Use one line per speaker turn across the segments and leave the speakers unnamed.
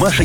Маша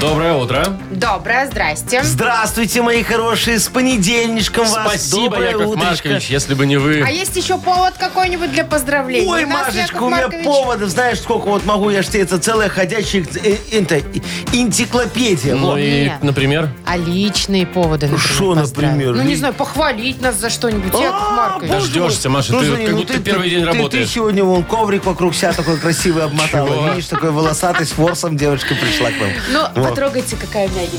Доброе утро.
Доброе, здрасте.
Здравствуйте, мои хорошие, с понедельничком вас.
Спасибо,
Доброе
Яков
утречко.
Маркович, если бы не вы.
А есть еще повод какой-нибудь для поздравлений?
Ой,
У нас,
Машечка,
Яков
у меня
Маркович,
поводов, знаешь, сколько вот могу, я ж тебе, это целая ходячая э, это, энциклопедия.
Ну
Во.
и,
Нет.
например,
А личные поводы, например,
Шо,
поздравить?
например?
Ну, не знаю, похвалить нас за что-нибудь, Яков
А,
Маркович.
боже
Дождешься,
мой.
Маша, ты
Слушай,
как
ну
будто первый день
ты-
работаешь.
Ты сегодня вон коврик вокруг себя такой красивый
Чего?
обмотала. Видишь, такой волосатый с ворсом девочка пришла к нам.
Ну, потрогайте, какая у меня есть.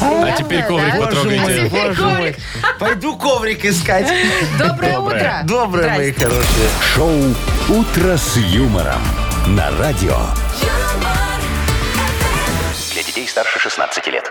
а теперь коврик
да?
Боже мой,
потрогайте.
боже мой. Пойду коврик искать.
Доброе
Доброе.
утро.
Доброе, мои
Здрасте.
хорошие.
Шоу «Утро с юмором» на радио. Для детей старше 16 лет.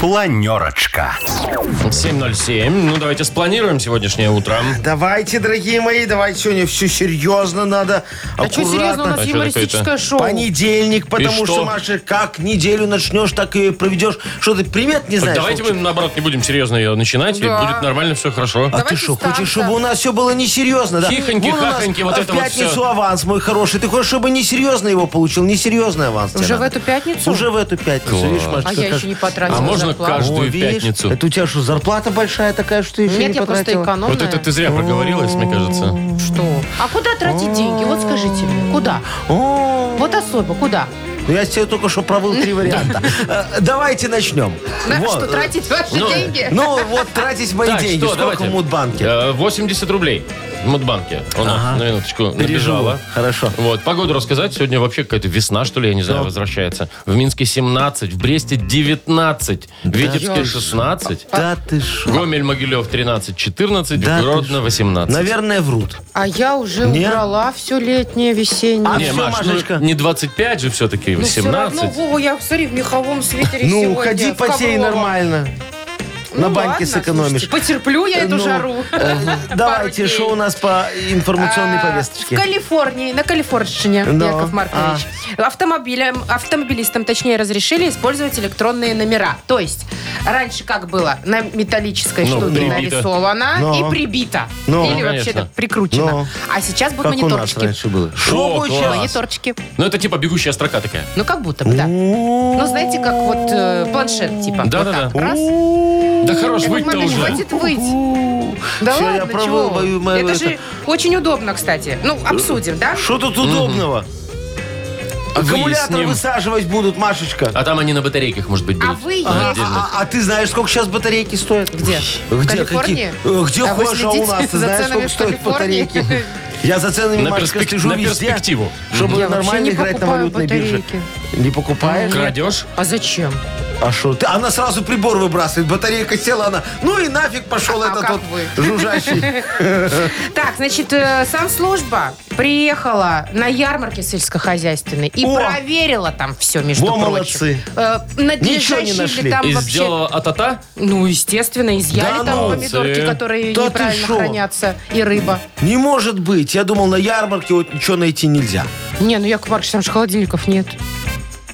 Планерочка.
7.07. Ну, давайте спланируем сегодняшнее утро.
Давайте, дорогие мои, давайте сегодня все серьезно надо,
А что серьезно, у
аккуратно.
нас
А чё
юмористическое шоу.
Понедельник,
что?
потому что, Маша, как неделю начнешь, так и проведешь. Что ты, привет не знаешь?
Давайте мы,
Вовчик?
наоборот, не будем серьезно ее начинать, и
Да.
будет нормально, все хорошо.
А
Давайте
ты что,
ставка.
хочешь, чтобы у нас все было несерьезно, да?
Хихоньки,
Вон у нас,
хахоньки, вот
а,
это
в
вот
пятницу
всё.
аванс, мой хороший. Ты хочешь, чтобы несерьезно его получил? Несерьезный аванс. тебе
Уже в
надо.
эту пятницу?
Уже в эту пятницу. Видишь, Маша,
А
ты
я
как-
еще не потратила
А можно
зарплату.
каждый-
О,
Каждую
видишь?
пятницу.
Это у тебя что, зарплата большая такая, что еще
Нет,
не
я просто
потратила?
экономная.
Вот это ты зря проговорилась, мне кажется.
Что? А куда тратить деньги? Вот скажите мне, куда?
О,
Вот особо, куда?
ну я тебе только что пробыл три варианта. Э, Давайте начнем.
На
Вот,
что
э,
тратить ваши
ну,
деньги?
Ну, вот тратить мои
Так,
деньги.
что,
Сколько
давайте.
в Мудбанке?
Э, 80 рублей в Мудбанке. У нас,
Ага.
на минуточку,
Пережила.
набежала.
Хорошо.
Вот, погоду рассказать. Сегодня вообще какая-то весна, что ли, я не знаю, возвращается. В Минске 17, в Бресте 19, в Витебске 16,
Да ты ж.
Гомель-Могилев 13, 14,
Да ты
Гродно
ж.
18.
Наверное, врут.
А я уже
Не?
убрала все летнее, весеннее.
А
Не,
всё,
Маш, ну,
Машечка.
не 25 же все-таки,
Ну, всё равно,
18.
Вова, я, смотри, в меховом свитере
Ну,
сегодня,
ходи
в
потей
ковровом.
нормально.
Ну
На банке
ладно,
сэкономишь.
слушайте, потерплю я эту
Ну,
жару.
э, Давайте,
Пару
что у
дней.
нас по информационной
А, В
повесточке?
Калифорнии, на Калифорнщине,
Да. А.
Яков Маркович. Автомобилям, автомобилистам, точнее, разрешили использовать электронные номера. То есть, раньше как было? На металлической
Ну,
штуке
прибито.
нарисовано
Ну.
и прибито.
Ну.
Или
Ну,
вообще
конечно.
так прикручено.
Ну.
А сейчас будут
Как у нас
мониторчики.
раньше было.
О,
Шо будет
класс.
щас?
Мониторчики.
Ну, это типа бегущая строка такая.
Ну, как будто бы, да. Ну, знаете, как вот э, планшет, типа.
Да, да,
вот так.
да.
Раз.
Да хорош,
Яков
выть-то
Маркович,
уже.
Ну, хватит выть. Да
Всё, я
ладно,
пробовал, бою-
чего?
мою-
Это
это-
же очень удобно, кстати. Ну, обсудим, да?
Что тут удобного? Аккумулятор
Выясним.
высаживать будут, Машечка.
А там они на батарейках, может быть, будут.
А вы
Ага.
есть.
Отдельно.
А, а ты знаешь, сколько сейчас батарейки стоят?
Где? В
Где,
Калифорнии?
какие? Э, Где
А вы
хочешь, а у
следите
нас? Ты
за
знаешь,
ценами
сколько
в
стоят
Калифорнии?
батарейки? Я за ценами,
На
Машечка,
перспек-
слежу
на
везде,
перспективу.
чтобы
Я вообще
нормально
не
играть на
покупаю
валютной бирже.
батарейки.
Не покупаешь?
Крадешь?
А зачем?
А что ты? Она сразу прибор выбрасывает. Батарейка села, она. Ну и нафиг пошел
А
этот
как
вот
вы?
жужжащий.
Так, значит, э, самслужба приехала на ярмарке сельскохозяйственной и
О!
проверила там все, между
Во,
прочим.
молодцы.
Э,
Ничего
надлежащие
не
ли
нашли.
там
И
вообще...
сделала атата?
Ну, естественно, изъяли
Да
там
ну.
помидорки,
Молодцы.
которые
Да ты
неправильно
шо?
хранятся, и рыба.
Не может быть. Я думал, на ярмарке вот ничего найти нельзя.
Не, ну, Яков Маркович, там же холодильников нет.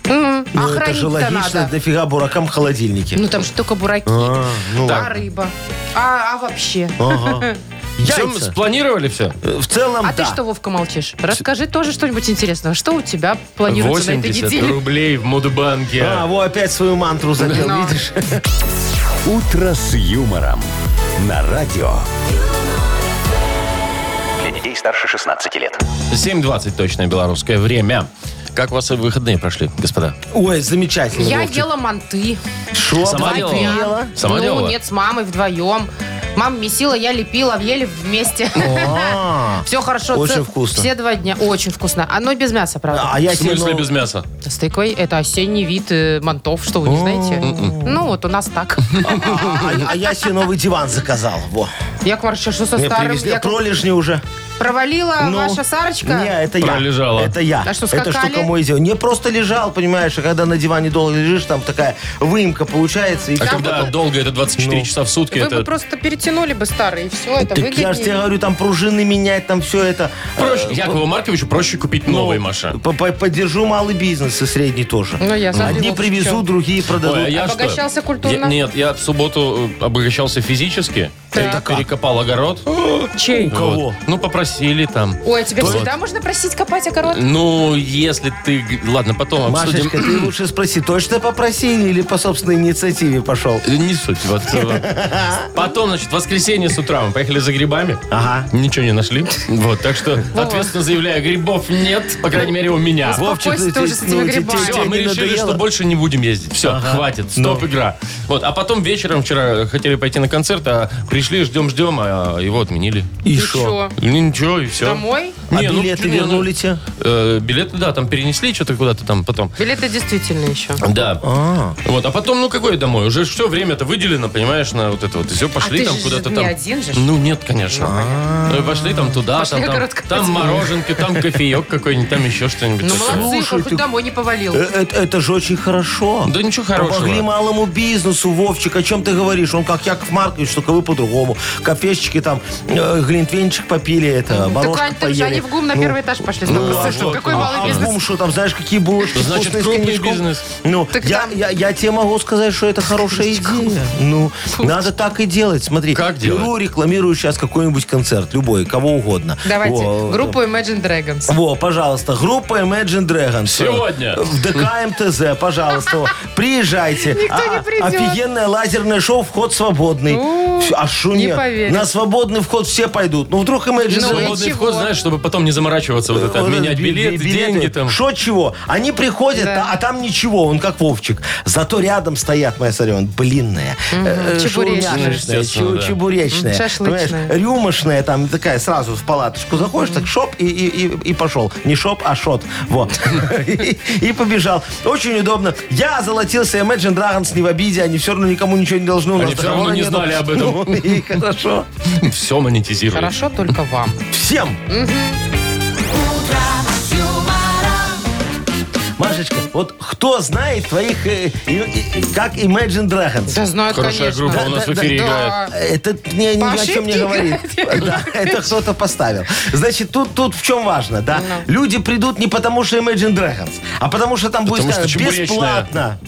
М, а
Ну, это
хранить-то
же логично,
надо.
дофига буракам в холодильнике.
Ну, там же только бураки.
А, ну
А
ладно.
рыба? А, а вообще?
Ага.
Все,
Яйца.
спланировали все?
Э, В целом,
А ты
да.
что, Вовка, молчишь? Расскажи тоже что-нибудь интересное. Что у тебя планируется на этой
80
неделе?
рублей в Мудбанке.
А, во, опять свою мантру запел,
Ну.
видишь?
«Утро с юмором» на радио. Для детей старше 16 лет.
7.20 точное белорусское время. Как у вас выходные прошли, господа?
Ой, замечательно.
Я
Вовчик.
ела манты.
Шо,
Сама
блин,
делала?
ты
Сама
ну,
делала?
нет, с мамой вдвоем. Мама месила, я лепила, а ели вместе.
А,
Все хорошо.
Очень
цел-
вкусно.
Все два дня. Очень вкусно. Оно без мяса, правда.
а
В
я тебе...
смысле
ну,
без мяса?
С тыквой это осенний вид э, мантов, что вы не знаете?
М-м.
Ну, вот у нас так.
А а я себе новый диван заказал. Во.
Яков Маркович, а что со
Мне
старым?
привезли
Яков-
пролежни уже.
Провалила
Ну,
А ваша Сарочка?
Не, это я.
Пролежала.
Это я.
А что,
это
скакали?
штука мой дело. Не просто лежал, понимаешь, а когда на диване долго лежишь, там такая выемка получается. И
А
всё.
когда долго, это
Ну.
24 часа в сутки,
Вы бы
это...
просто перетянули бы старый, и все, это
Так я же тебе
выгоднее.
говорю, там пружины менять, там все это. Ну. Э,
Проще- Якову Марковичу проще купить новый, Маша.
По- по- Поддержу малый бизнес и средний тоже.
Ну, я за
Одни
Вовчичок.
привезу, другие продадут.
Ой, а я что?
Обогащался культурно?
Я- нет, я в субботу э, обогащался физически.
Так.
Пере- Перекопал огород.
Чей?
Вот.
кого?
Ну, попросили там.
Ой, тебе
Вот.
всегда можно просить копать огород?
Ну, если ты... г- Ладно, потом обсудим.
Машечка, ты лучше спроси, точно попросили или по собственной инициативе пошел?
Э, Не суть. вот, э, Потом, значит, воскресенье с утра мы поехали за грибами.
Ага.
Ничего не нашли. Вот, так что, ответственно заявляю, грибов нет, по крайней мере, у меня.
Успокойся ты уже с этими
те-
грибами.
те-
Все,
тебе
мы
не
решили,
надоело? Ну.
что больше не будем ездить. Все, хватит, стоп игра. Вот, а потом вечером вчера хотели пойти на концерт, а пришли, ждем, ждем, а его отменили.
И
Ты
что?
чё,
Ну, Ничего, и ну, все.
Домой?
А билеты вернули те?
э, билеты, да, там перенесли что-то куда-то там потом.
Билеты действительно еще.
Да.
А.
Вот, а потом, ну какой домой? Уже все время-то выделено, понимаешь, на вот это вот. И все, пошли
А ты
там
же
куда-то
не
там.
один же ж.
Ну нет, конечно. Ну и пошли там туда,
Пошли
там, там,
огород копать.
там мороженки, там кофеек какой-нибудь, там еще что-нибудь.
Ну,
такое.
молодцы,
Слушай,
хоть
ты-
домой не повалил.
Э, Это, это же очень хорошо.
Да ничего хорошего.
Помогли малому бизнесу, Вовчик. О чем ты говоришь? Он как Яков Маркович, только вы по-другому. Кофешечки там, э, глинтвенчик попили, это,
Так,
морожку
Ань, так же
э, поели.
они в ГУМ на первый этаж пошли. сто
ну,
процентов.
а вот
Какой
оно.
А
малый
в
бизнес.
ком, что там, знаешь, какие булочки
Значит,
вкусные с
крупный
коньячком?
бизнес.
Ну,
Так
я,
там-
я, я тебе могу сказать, что это хорошая идея. Ну, надо так и делать. Смотри,
Как
беру,
делать?
рекламирую сейчас какой-нибудь концерт, любой, кого угодно.
Давайте,
Во.
группу Imagine Dragons.
Во, пожалуйста, группа Imagine Dragons.
Сегодня.
В ДК МТЗ, пожалуйста. вот. Приезжайте.
Никто не
А,
придет.
Офигенное лазерное шоу, вход свободный.
Ну,
Всё, а что
не
нет?
поверю.
На свободный вход все пойдут. Ну, вдруг Imagine
Ну, и
Dragons...
Свободный
чего?
вход, знаешь, чтобы потом не заморачиваться вот это,
Вот
обменять
это, би-
билеты,
би- билеты.
деньги там.
Шо чего? Они приходят,
Да.
а, а там ничего, он как Вовчик. Зато рядом стоят, моя сорян, блинная, э, э,
чебуречная.
Ну,
шаурмяшечная,
естественно,
чу-
да.
чебуречная,
Шашлычная.
понимаешь, рюмошная, там такая сразу в палаточку заходишь, так шоп и, и, и- и пошел. Не шоп, а шот. Вот. И и побежал. Очень удобно. Я золотился, Imagine Dragons не в обиде, они все равно никому ничего не должны. у
Они
нас
все равно
договора
не
нету.
знали об этом.
Ну, и хорошо.
Все монетизирует.
Хорошо только вам.
Всем. Машечка, вот кто знает твоих, э, и- и- и- как Imagine Dragons?
Да знаю,
Хорошая
конечно.
группа у нас в эфире
да.
играет.
Это не- ни
По
о чем не
ошибке
говорит. Да, это кто-то поставил. Значит, тут, тут в чем важно, да?
Ну.
Люди придут не потому, что Imagine Dragons, а потому что там будет
Потому что
сказано
чебуречная.
бесплатно.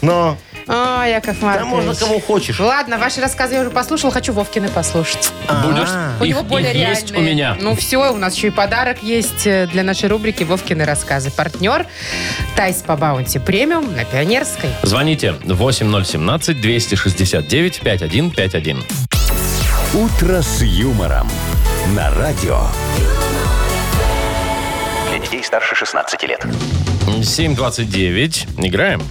Но
А, Яков Маркович.
там можно кого хочешь.
Ладно, ваши рассказы я уже послушала, хочу Вовкины послушать.
Будешь?
А. У
Их-
него более
их есть у
реальные.
меня.
Ну все, у нас еще и подарок есть э, для нашей рубрики «Вовкины рассказы». Партнер Тайс по баунти премиум на Пионерской.
Звоните 8017-269-5151.
«Утро с юмором» на радио.
Для детей старше 16 лет.
7.29. Играем?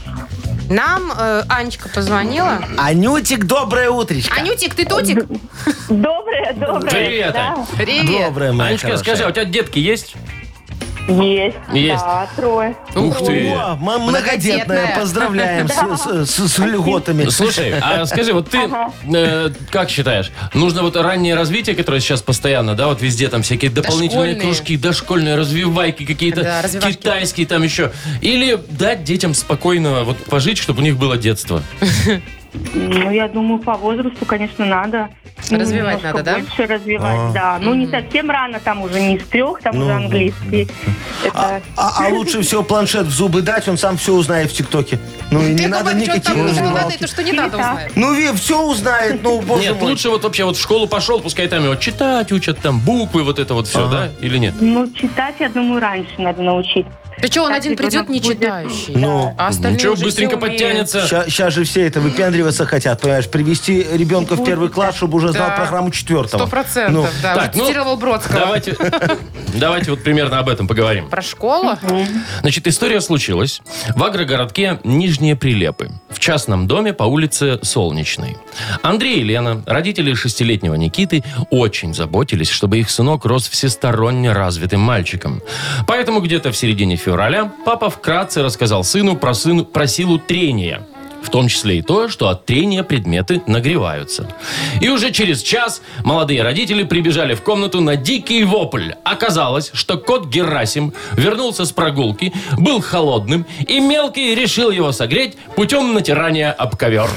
Нам э, Анечка позвонила.
Анютик, доброе утречко.
Анютик, ты тутик?
Доброе, доброе.
Привет,
Да.
Привет.
Доброе, моя
Анечка,
хорошая.
скажи, а у тебя детки есть?
Есть.
Есть.
Да, трое.
Ух ты.
О, мы многодетная,
Многодетная.
поздравляем с- с с- с льготами.
Слушай, а скажи, вот ты э, как считаешь, нужно вот раннее развитие, которое сейчас постоянно, да, вот везде там всякие дополнительные
Дошкольные.
кружки, дошкольные развивайки какие-то,
Да, развивашки.
китайские там еще, или дать детям спокойно вот пожить, чтобы у них было детство?
Ну, я думаю, по возрасту, конечно, надо. Ну,
Развивать
немножко
надо, да?
Больше развивать, да. Ну, не совсем рано, там уже не из трех, там
А. Ну,
уже английский. Это...
А, а лучше всего планшет в зубы дать, он сам все узнает в ТикТоке. Ну и не
Ты,
надо
Яков Маркович,
никаких
что там нужно надо,
разбираловки.
и то, что не надо,
Клевета.
узнает.
Ну, Вив, все узнает, ну, боже
нет,
мой.
лучше вот вообще вот в школу пошел, пускай там его читать учат, там буквы, вот это вот все, да, или нет?
Ну, читать, я думаю, раньше надо научить.
Ты что, он
Так,
один
ребенок
придет не
будет-
читающий?
Ну,
а остальные
Ничего,
уже
быстренько
все умеют.
подтянется.
Сейчас, же все это выпендриваться хотят, понимаешь, привести ребенка в первый класс, чтобы уже знал
Да.
программу четвертого.
Сто процентов, да.
Так,
Уже
ну,
цитировал Бродского.
Давайте, давайте вот примерно об этом поговорим.
Про школу? А
Значит, история случилась в агрогородке Нижние Прилепы, в частном доме по улице Солнечной. Андрей и Лена, родители шестилетнего Никиты, очень заботились, чтобы их сынок рос всесторонне развитым мальчиком. Поэтому где-то в середине февраля папа вкратце рассказал сыну про, сыну про силу трения. в том числе и то, что от трения предметы нагреваются. И уже через час молодые родители прибежали в комнату на дикий вопль. Оказалось, что кот Герасим вернулся с прогулки, был холодным, и мелкий решил его согреть путем натирания об ковер.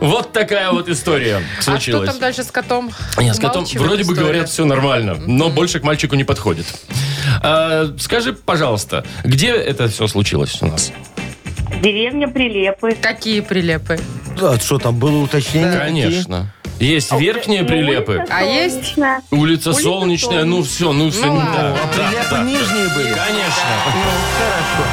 Вот такая вот история
А что
случилась.
там дальше с котом?
Не, с котом
Умалчиваем
вроде бы
историю.
говорят, все нормально, но больше к мальчику не подходит. А, скажи, пожалуйста, где это все случилось у нас?
Деревня Прилепы.
Какие прилепы.
Да, что там было уточнение?
Конечно. Есть верхние
Ну,
прилепы,
улица
А есть?
Солнечная.
улица Солнечная, ну все, ну все,
Ну
не
О,
так.
а прилепы нижние были?
Конечно.
Ну, хорошо.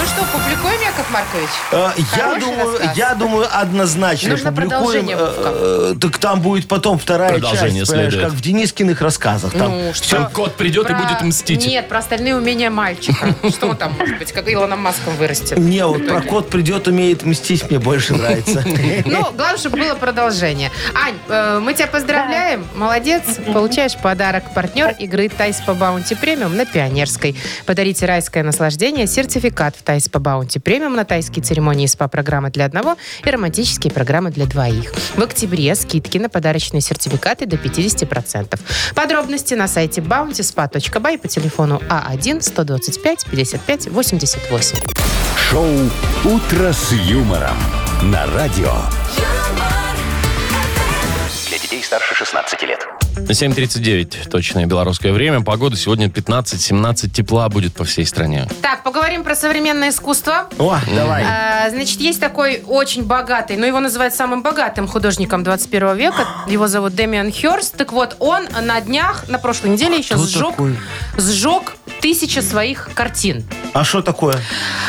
Ну что, публикуем, Яков Маркович?
А,
Э, Я
Хороший
думаю,
рассказ.
я думаю, однозначно
Нужно
публикуем.
продолжение,
э, э, Так там будет потом вторая
Продолжение
часть, понимаешь,
следует.
как в Денискиных рассказах. Там
Ну,
всё-
Там кот придет и
Про-
будет мстить.
Нет, про остальные умения мальчика. Что там может быть, как Илоном Маском вырастет?
Не, вот про кот придет, умеет мстить, мне больше нравится.
Ну, главное, чтобы было продолжение. Ань, э, мы тебя поздравляем. Молодец. Получаешь подарок. Партнер игры «Тайс по баунти премиум» на Пионерской. Подарите райское наслаждение, сертификат в «Тайс по баунти премиум» на тайские церемонии СПА-программы для одного и романтические программы для двоих. В октябре скидки на подарочные сертификаты до 50%. Подробности на сайте bountyspa.by по телефону А А1-125-55-88.
Шоу «Утро с юмором» на радио.
Для детей старше 16 лет.
7.39, точное белорусское время. Погода сегодня 15-17 тепла будет по всей стране.
Так, поговорим про современное искусство.
О, давай.
А, Значит, есть такой очень богатый, но его называют самым богатым художником 21 века. Его зовут Демиан Херст. Так вот, он на днях, на прошлой неделе еще
Кто
сжег,
такой?
сжег тысячи своих картин.
А что такое?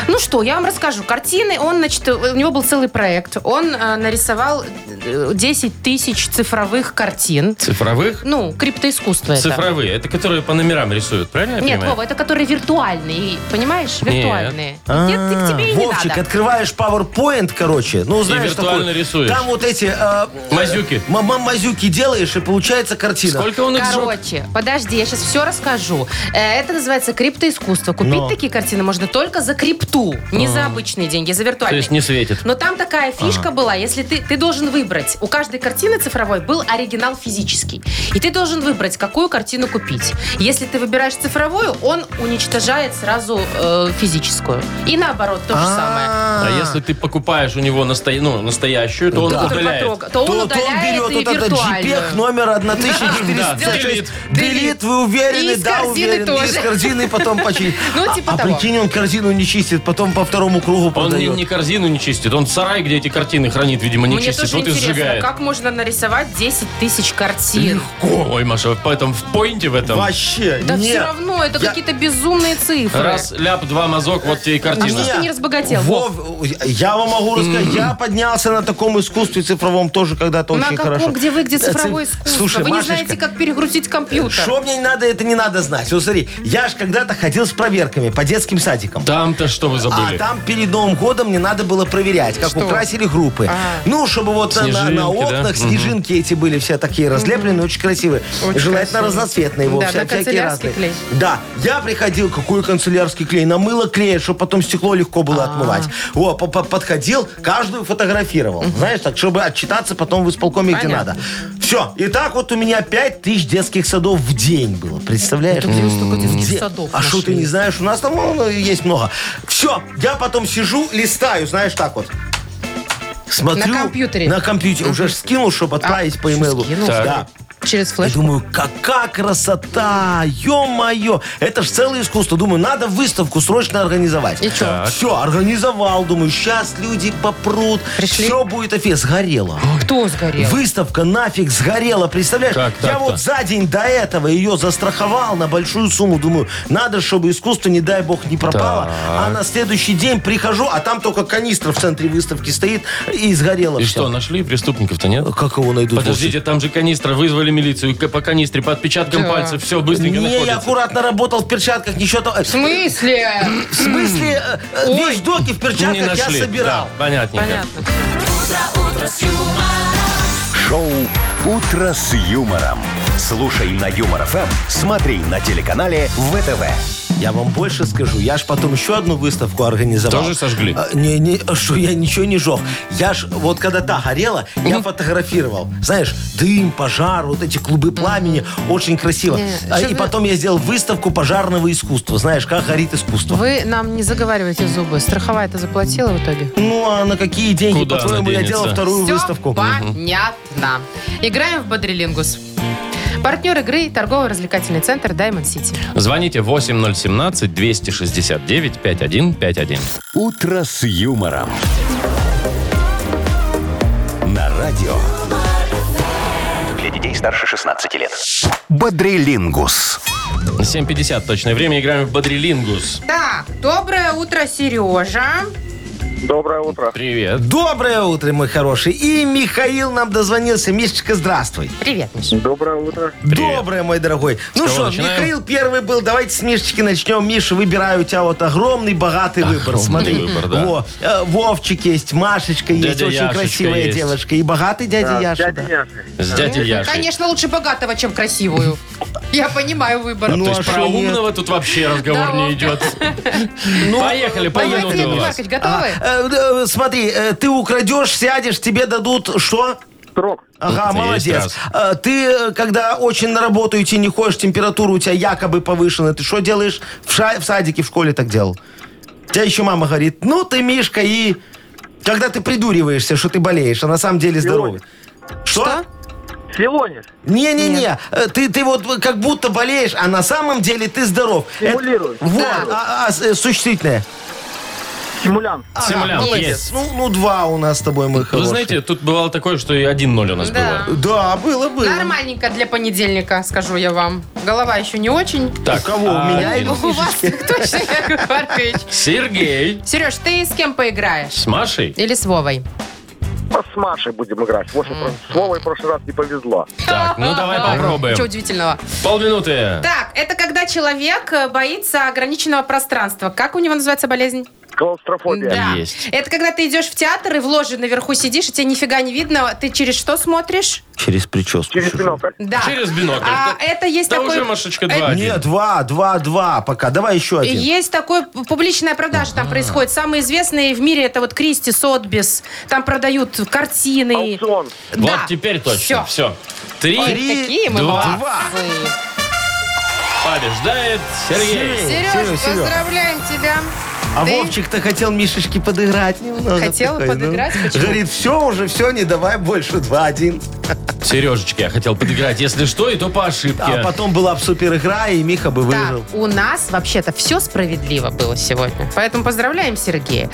Ну что, я вам расскажу. Картины, он, значит, у него был целый проект. Он э, нарисовал э, 10 тысяч цифровых картин.
Цифровых?
Ну, криптоискусство это.
Цифровые. Это которые по номерам рисуют, правильно я
Нет,
понимаю?
Вова, это которые виртуальные, понимаешь? Виртуальные. Нет, ты- к тебе и не
А, Вовчик,
надо.
открываешь PowerPoint, короче. Ну, знаешь,
виртуально
такой,
рисуешь.
Там вот эти... э,
Мазюки.
м- м- мазюки делаешь, и получается картина.
Сколько он их сжег?
Короче, подожди, я сейчас все расскажу. Э, Это называется криптоискусство. Купить
Но.
такие картины можно только за крипту, не за обычные деньги, за
А. То
виртуальные.
есть не А. светит.
Но там такая фишка была, если ты, ты должен выбрать, у каждой картины цифровой был оригинал физический. И ты должен выбрать, какую картину купить. Если ты выбираешь цифровую, он уничтожает сразу э, физическую. И наоборот, то же самое.
А если ты покупаешь у него настоя- ну, настоящую, то он
Да.
удаляет.
Потрога- То он
То- то он
удаляет
берет
и
вот этот JPEG
ну, а-
виртуальную.
номер
Да, делит.
1436. Делит, вы
И
уверены?
из
Да,
корзины
уверен. И Из
тоже.
корзины потом починит.
Ну,
А-
типа
А
того.
прикинь, он корзину не чистит, потом по второму кругу
Он не, не
продает.
корзину не чистит, он сарай, где эти картины хранит, видимо, не
Мне
чистит,
тоже
вот и
интересно,
сжигает.
как можно нарисовать 10 тысяч картин?
Легко. Ой, Маша, поэтому в поинте в этом.
Вообще,
Да все
нет.
равно, это
Я-
какие-то безумные цифры.
Раз ляп, два мазок, вот тебе и
А что
картина.
ж ты не разбогател? Вов?
Вов, я вам могу рассказать, я поднялся на таком искусстве цифровом тоже когда-то
На
очень
каком,
хорошо.
где вы, где
Да, ци-
цифровое искусство?
Слушай,
вы
Машечка, э,
не знаете, как перегрузить компьютер.
Что мне не надо, это не надо знать. Вот смотри, я ж когда-то ходил с проверками по детским садикам.
Там-то что вы забыли?
А там перед Новым годом мне надо было проверять, как украсили группы.
А.
Ну, чтобы вот на- на,
Снежинки,
на окнах
да? Мгм.
снежинки эти были все такие разлепленные, очень красивые.
Очень
Желательно
красиво.
разноцветные его,
Да,
вся-
на
всякие
канцелярский
разные.
клей.
Да, я приходил, какой канцелярский клей, намыло клея, чтобы потом стекло легко было
А.
отмывать. О, по- по- подходил, каждую фотографировал, знаешь, так, чтобы отчитаться потом в исполкоме, где
Понятно.
надо. Все, и так вот у меня 5000 детских садов в день было, представляешь?
Где вы столько детских
Где?
садов
А что ты
нашли?
не знаешь? У нас там вон, есть много. Все, я потом сижу, листаю, знаешь, так вот. Смотрю.
На компьютере?
На компьютере. Уже ж скинул, чтобы отправить по
что,
имейлу.
скинул?
Так.
Да.
Через
Я
флешку.
думаю, какая красота! Ё-моё! Это ж целое искусство. Думаю, надо выставку срочно организовать.
И чё? Так.
Все, организовал. Думаю, сейчас люди попрут.
Пришли?
Все будет офис. Сгорело.
Кто сгорел?
Выставка нафиг сгорела, представляешь?
Как
я
так-то?
вот за день до этого ее застраховал на большую сумму. Думаю, надо, чтобы искусство, не дай бог, не пропало. А на следующий день прихожу, а там только канистра в центре выставки стоит и сгорело
И
все.
что, нашли преступников-то, нет?
Как его найдут?
Подождите, там же канистра, вызвали милицию, к- по канистре, по отпечаткам
Да.
пальцев, все,
Вовчик?
быстренько
Не, я
находится.
аккуратно работал в перчатках, ничего там.
В смысле?
В смысле, э, э,
Ой.
вещдоки в
Не
перчатках я
нашли.
собирал.
Да, понятненько.
Понятно.
Шоу «Утро с юмором». Слушай на Юмор ФМ, смотри на телеканале ВТВ.
Я вам больше скажу. Я ж потом еще одну выставку организовал.
Тоже сожгли?
А, Не, не, а что я ничего не жег. Я ж, вот когда та горела, я фотографировал. Знаешь, дым, пожар, вот эти клубы пламени. Очень красиво.
Не,
А,
что
И
вы-
потом я сделал выставку пожарного искусства. Знаешь, как горит искусство.
Вы нам не заговариваете зубы. Страховая это заплатила в итоге?
Ну, а на какие деньги,
Куда
по-твоему, я
она
делал
денется?
вторую
Всё
выставку?
понятно. Играем в Бодрилингус. Партнер игры – торгово-развлекательный центр Diamond City.
Звоните 8017-269-5151.
«Утро с юмором». На радио
Для детей старше 16 лет.
«Бодрилингус».
7.50 точное время. Играем в Бодрилингус.
Так, доброе утро, Сережа.
Доброе утро.
Привет.
Доброе утро, мой хороший. И Михаил нам дозвонился. Мишечка, здравствуй.
Привет, Миша.
Доброе утро.
Привет.
Доброе, мой дорогой. ну
кого
что,
начинаем?
Михаил первый был. Давайте с Мишечки начнем. Миша, выбираю у тебя вот огромный, богатый выбор.
огромный
Смотри.
выбор, да.
Во, э, Вовчик есть, Машечка есть,
Дядя
очень
Яшечка
красивая
есть.
девушка. И богатый дядя Яша. да.
С дядей Яшей.
Ну, Конечно, лучше богатого, чем красивую. Я понимаю выбор.
Ну,
То
а
есть
шо
про
нет?
умного тут вообще разговор
Да,
не
Вовка.
идет. Поехали, по
Давайте,
минуте у вас.
Яков Ну, Маркович, готовы?
А, э, э, смотри, э, ты украдешь, сядешь, тебе дадут что?
Срок.
Ага,
Есть
молодец.
раз.
А, Ты, э, когда очень на работу идти не хочешь, температура у тебя якобы повышена, ты что делаешь? В, ша- в садике, в школе так делал. Тебя еще мама говорит, ну ты, Мишка, и... Когда ты придуриваешься, что ты болеешь, а на самом деле здоровый. Что?
Филонис.
Не-не-не, Э, ты, ты вот как будто болеешь, а на самом деле ты здоров. Это-
Симулируешь.
Вот, а, а, с- э, существительное.
Симулянт.
Симулянт
Молодец.
есть.
Ну, ну, два у нас с тобой, мой
Вы
хороший.
знаете, тут бывало такое, что и 1-0 у нас
Да.
было.
Да, было, было.
Нормальненько для понедельника, скажу я вам. Голова еще не очень.
Так,
У кого? У
а,
меня или
Ну, у вас так точно, Яков Маркович.
Сергей
Сереж, ты с кем поиграешь?
с Машей.
Или с Вовой?
С Машей будем играть. Вот слово и в прошлый раз не повезло.
Так, ну давай
Ничего
попробуем.
удивительного.
Полминуты.
Так, это когда человек э, боится ограниченного пространства. Как у него называется болезнь?
Клаустрофобия.
Да.
Есть.
Это когда ты идешь в театр и в ложе наверху сидишь, и тебе нифига не видно. Ты через что смотришь?
Через прическу.
Через бинокль.
Да.
Через бинокль.
А
Да-
это есть
Да
такой...
уже, Машечка,
э,
2
Нет, два, два, два. Пока. Давай еще один.
Есть такое п- публичная продажа там происходит. Самые известные в мире это вот Кристи, Сотбис. Там продают картины.
Аукцион.
Вот
Да.
теперь точно.
Всё.
Все. Три.
Три.
Какие мы
два.
молодцы.
Побеждает Сергей.
Сереж,
Серёж, Серёж.
поздравляем тебя.
А
Ты-
Вовчик-то хотел Мишечке подыграть немного.
Хотел
такой, ну.
подыграть? Почему?
Говорит, все уже, все, не давай больше, два, один.
Сережечки, я хотел подыграть. Если что, и то по ошибке.
А потом была бы супер игра, и Миха бы выиграл.
Так, у нас вообще-то все справедливо было сегодня. Поэтому поздравляем Сергея.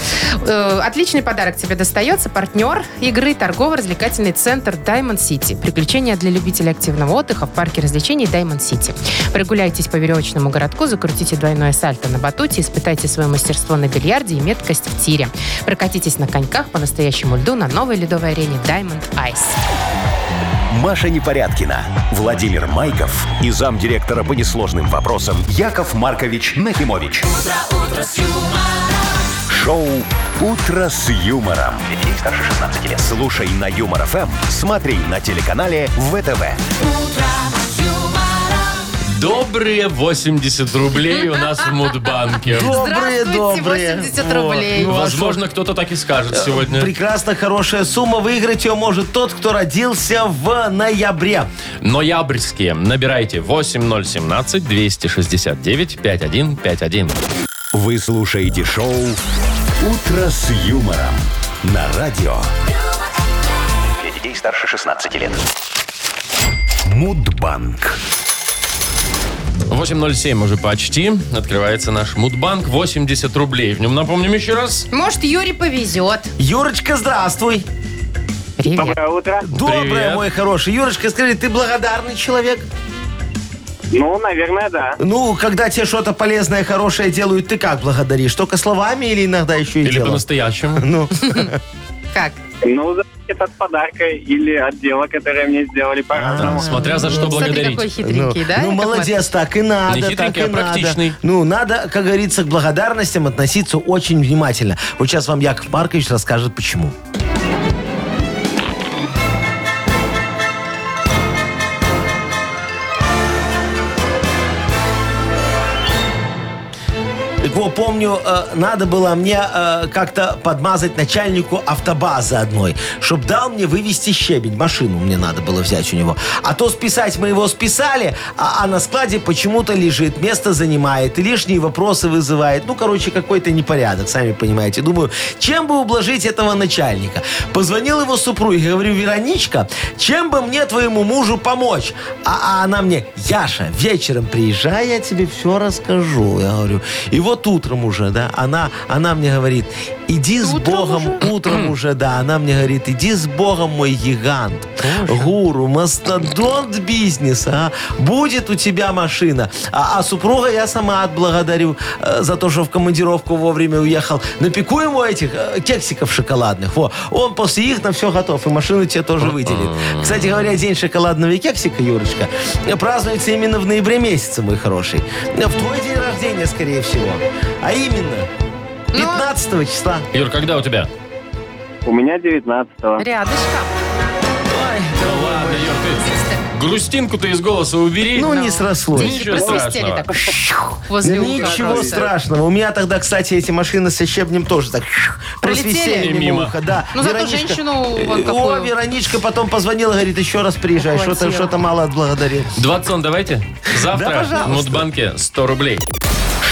Э, отличный подарок тебе достается. Партнер игры торгово-развлекательный центр Diamond City. Приключения для любителей активного отдыха в парке развлечений Diamond City. Прогуляйтесь по веревочному городку, закрутите двойное сальто на батуте, испытайте свое мастерство на бильярде и меткость в тире. Прокатитесь на коньках по настоящему льду на новой ледовой арене Diamond Ice.
Маша Непорядкина, Владимир Майков и замдиректора по несложным вопросам Яков Маркович Нахимович. Шоу Утро с юмором. Для детей старше 16 лет. Слушай на юмор ФМ, смотри на телеканале ВТВ.
Добрые 80 рублей у нас в Мудбанке.
Добрые,
Здравствуйте,
добрые.
80 рублей.
Ну, а
Возможно, кто-то так и скажет
что?
сегодня.
Прекрасно хорошая сумма. Выиграть ее может тот, кто родился в ноябре.
Ноябрьские. Набирайте 8017-269-5151.
Вы слушаете шоу Утро с юмором на радио
Для детей старше 16 лет.
Мудбанк.
8.07 уже почти. Открывается наш Мудбанк. 80 рублей. В нем, напомним еще раз,
Может, Юре повезет.
Юрочка, здравствуй.
Привет.
Доброе утро.
Доброе,
Привет.
мой хороший. Юрочка, скажи, ты благодарный человек?
Ну, наверное, да.
Ну, когда тебе что-то полезное, хорошее делают, ты как благодаришь? Только словами или иногда еще и
или
делом?
по-настоящему.
Ну,
Как?
Ну, зависит от подарка или от дела, которое мне сделали по-разному.
Смотря за что
Ну, Смотри,
благодарить.
какой хитренький,
ну,
да?
ну,
Яков
молодец,
Маркович?
так и надо,
Не
так
хитренький,
и
а
надо.
практичный.
Ну, надо, как говорится, к благодарностям относиться очень внимательно. Вот сейчас вам Яков Маркович расскажет, почему. Во, помню, э, надо было мне э, как-то подмазать начальнику автобазы одной, чтоб дал мне вывести щебень. Машину мне надо было взять у него. А то списать мы его списали, а, а на складе почему-то лежит, место занимает, и лишние вопросы вызывает. Ну, короче, какой-то непорядок, сами понимаете. Думаю, чем бы ублажить этого начальника? Позвонил его супруге, говорю, Вероничка, чем бы мне твоему мужу помочь? А, а она мне, Яша, вечером приезжай, я тебе все расскажу. Я говорю, и вот утром уже, да, она, она мне говорит, иди с Богом, утром уже, да, она мне говорит, иди с Богом, мой гигант, гуру, мастодонт бизнеса, а. будет у тебя машина. А, а супруга я сама отблагодарю э, за то, что в командировку вовремя уехал. Напеку ему этих э, кексиков шоколадных, во, он после их на все готов, и машину тебе тоже выделит. Кстати говоря, день шоколадного и кексика, Юрочка, э, празднуется именно в ноябре месяце, мой хороший. Э, В твой день рождения, скорее всего. А именно, 15 числа.
Юр, когда у тебя?
У меня 19-го.
Рядышком.
Ну, Ладно, Юр, ты грустинку-то из голоса убери.
Ну, не срослось.
Деньги
Ничего
просвистели
страшного.
так возле уха
Ничего
просто.
страшного. У меня тогда, кстати, эти машины с щебнем тоже так
Пролетели?
просвистели
Мимо.
мимо уха. Да.
Ну, зато
Вероничка- Э,
женщину вон
О,
какую.
Вероничка потом позвонила, говорит, еще раз приезжай, что-то
Ухватила.
что-то мало отблагодарил.
20 давайте. Завтра в
пожалуйста.
Мудбанке 100 рублей.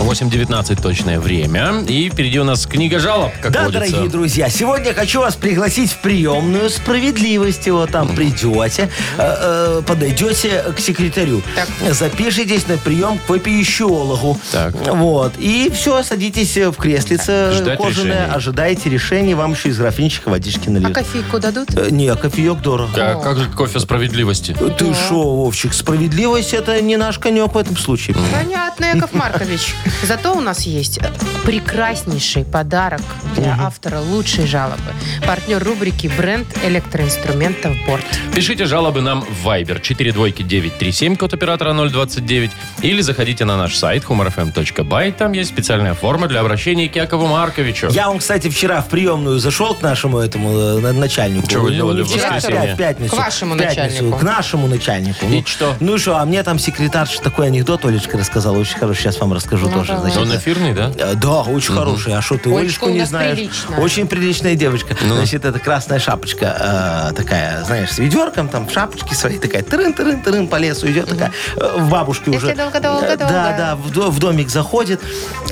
8.19 точное время. И впереди у нас книга жалоб, как
Да,
водится.
дорогие друзья, сегодня хочу вас пригласить в приемную справедливости. Вот там придете, э, э, подойдете к секретарю, запишитесь на прием к вопиющеологу.
Так.
Вот. И все, садитесь э, в креслице
Ждать
кожаное,
решения.
ожидаете решения, вам еще из графинчика водички
А
нальют.
кофейку дадут?
Э, Не, кофеек дорого.
Как, как же кофе справедливости?
Ты шо, Вовчик, справедливость это не наш конек в этом случае.
Понятно, Яков Маркович. Зато у нас есть прекраснейший подарок для автора лучшей жалобы. Партнер рубрики «Бренд электроинструментов Борт».
Пишите жалобы нам в Viber 42937, код оператора 029, или заходите на наш сайт humorfm.by. Там есть специальная форма для обращения к Якову Марковичу.
Я вам, кстати, вчера в приемную зашел к нашему этому э, на- начальнику.
Чего вы делали
не
в
вчера,
воскресенье?
опять в пятницу.
К вашему
В пятницу,
начальнику.
К нашему начальнику.
И
Ну,
что?
Ну и что, а мне там секретарша такой анекдот Олечка рассказала. Очень хороший, сейчас вам расскажу тоже. значит.
Он эфирный, да?
Э, Да, очень хороший. А что ты
Ну, Олечка
Олечку
у
не
нас
знаешь?
приличная.
Очень приличная девочка. Значит, это красная шапочка э, такая, знаешь, с ведерком, там в шапочке своей такая тырын-тырын-тырын по лесу идет такая. э, В бабушке
Если
уже.
долго-долго-долго.
Э, Да, да, в, до- в домик заходит,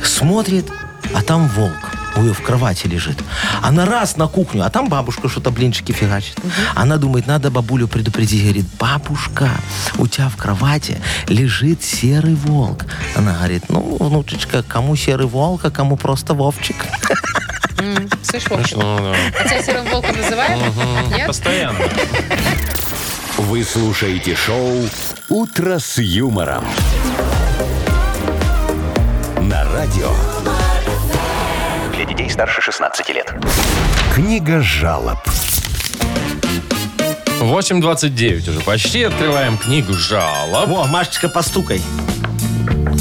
смотрит, а там волк у ее в кровати лежит. Она раз на кухню, а там бабушка что-то блинчики фигачит. Она думает, надо бабулю предупредить. Говорит, бабушка, у тебя в кровати лежит серый волк. Она говорит, ну, внучечка, кому серый волк, а кому просто Вовчик.
Слышь, Вовчик,
Ну, да.
а тебя серым волком называют? Нет?
Постоянно.
Вы слушаете шоу «Утро с юмором». На радио.
Для детей старше 16 лет.
Книга жалоб.
8.29 уже почти. Открываем книгу жалоб
Во, Машечка, постукай.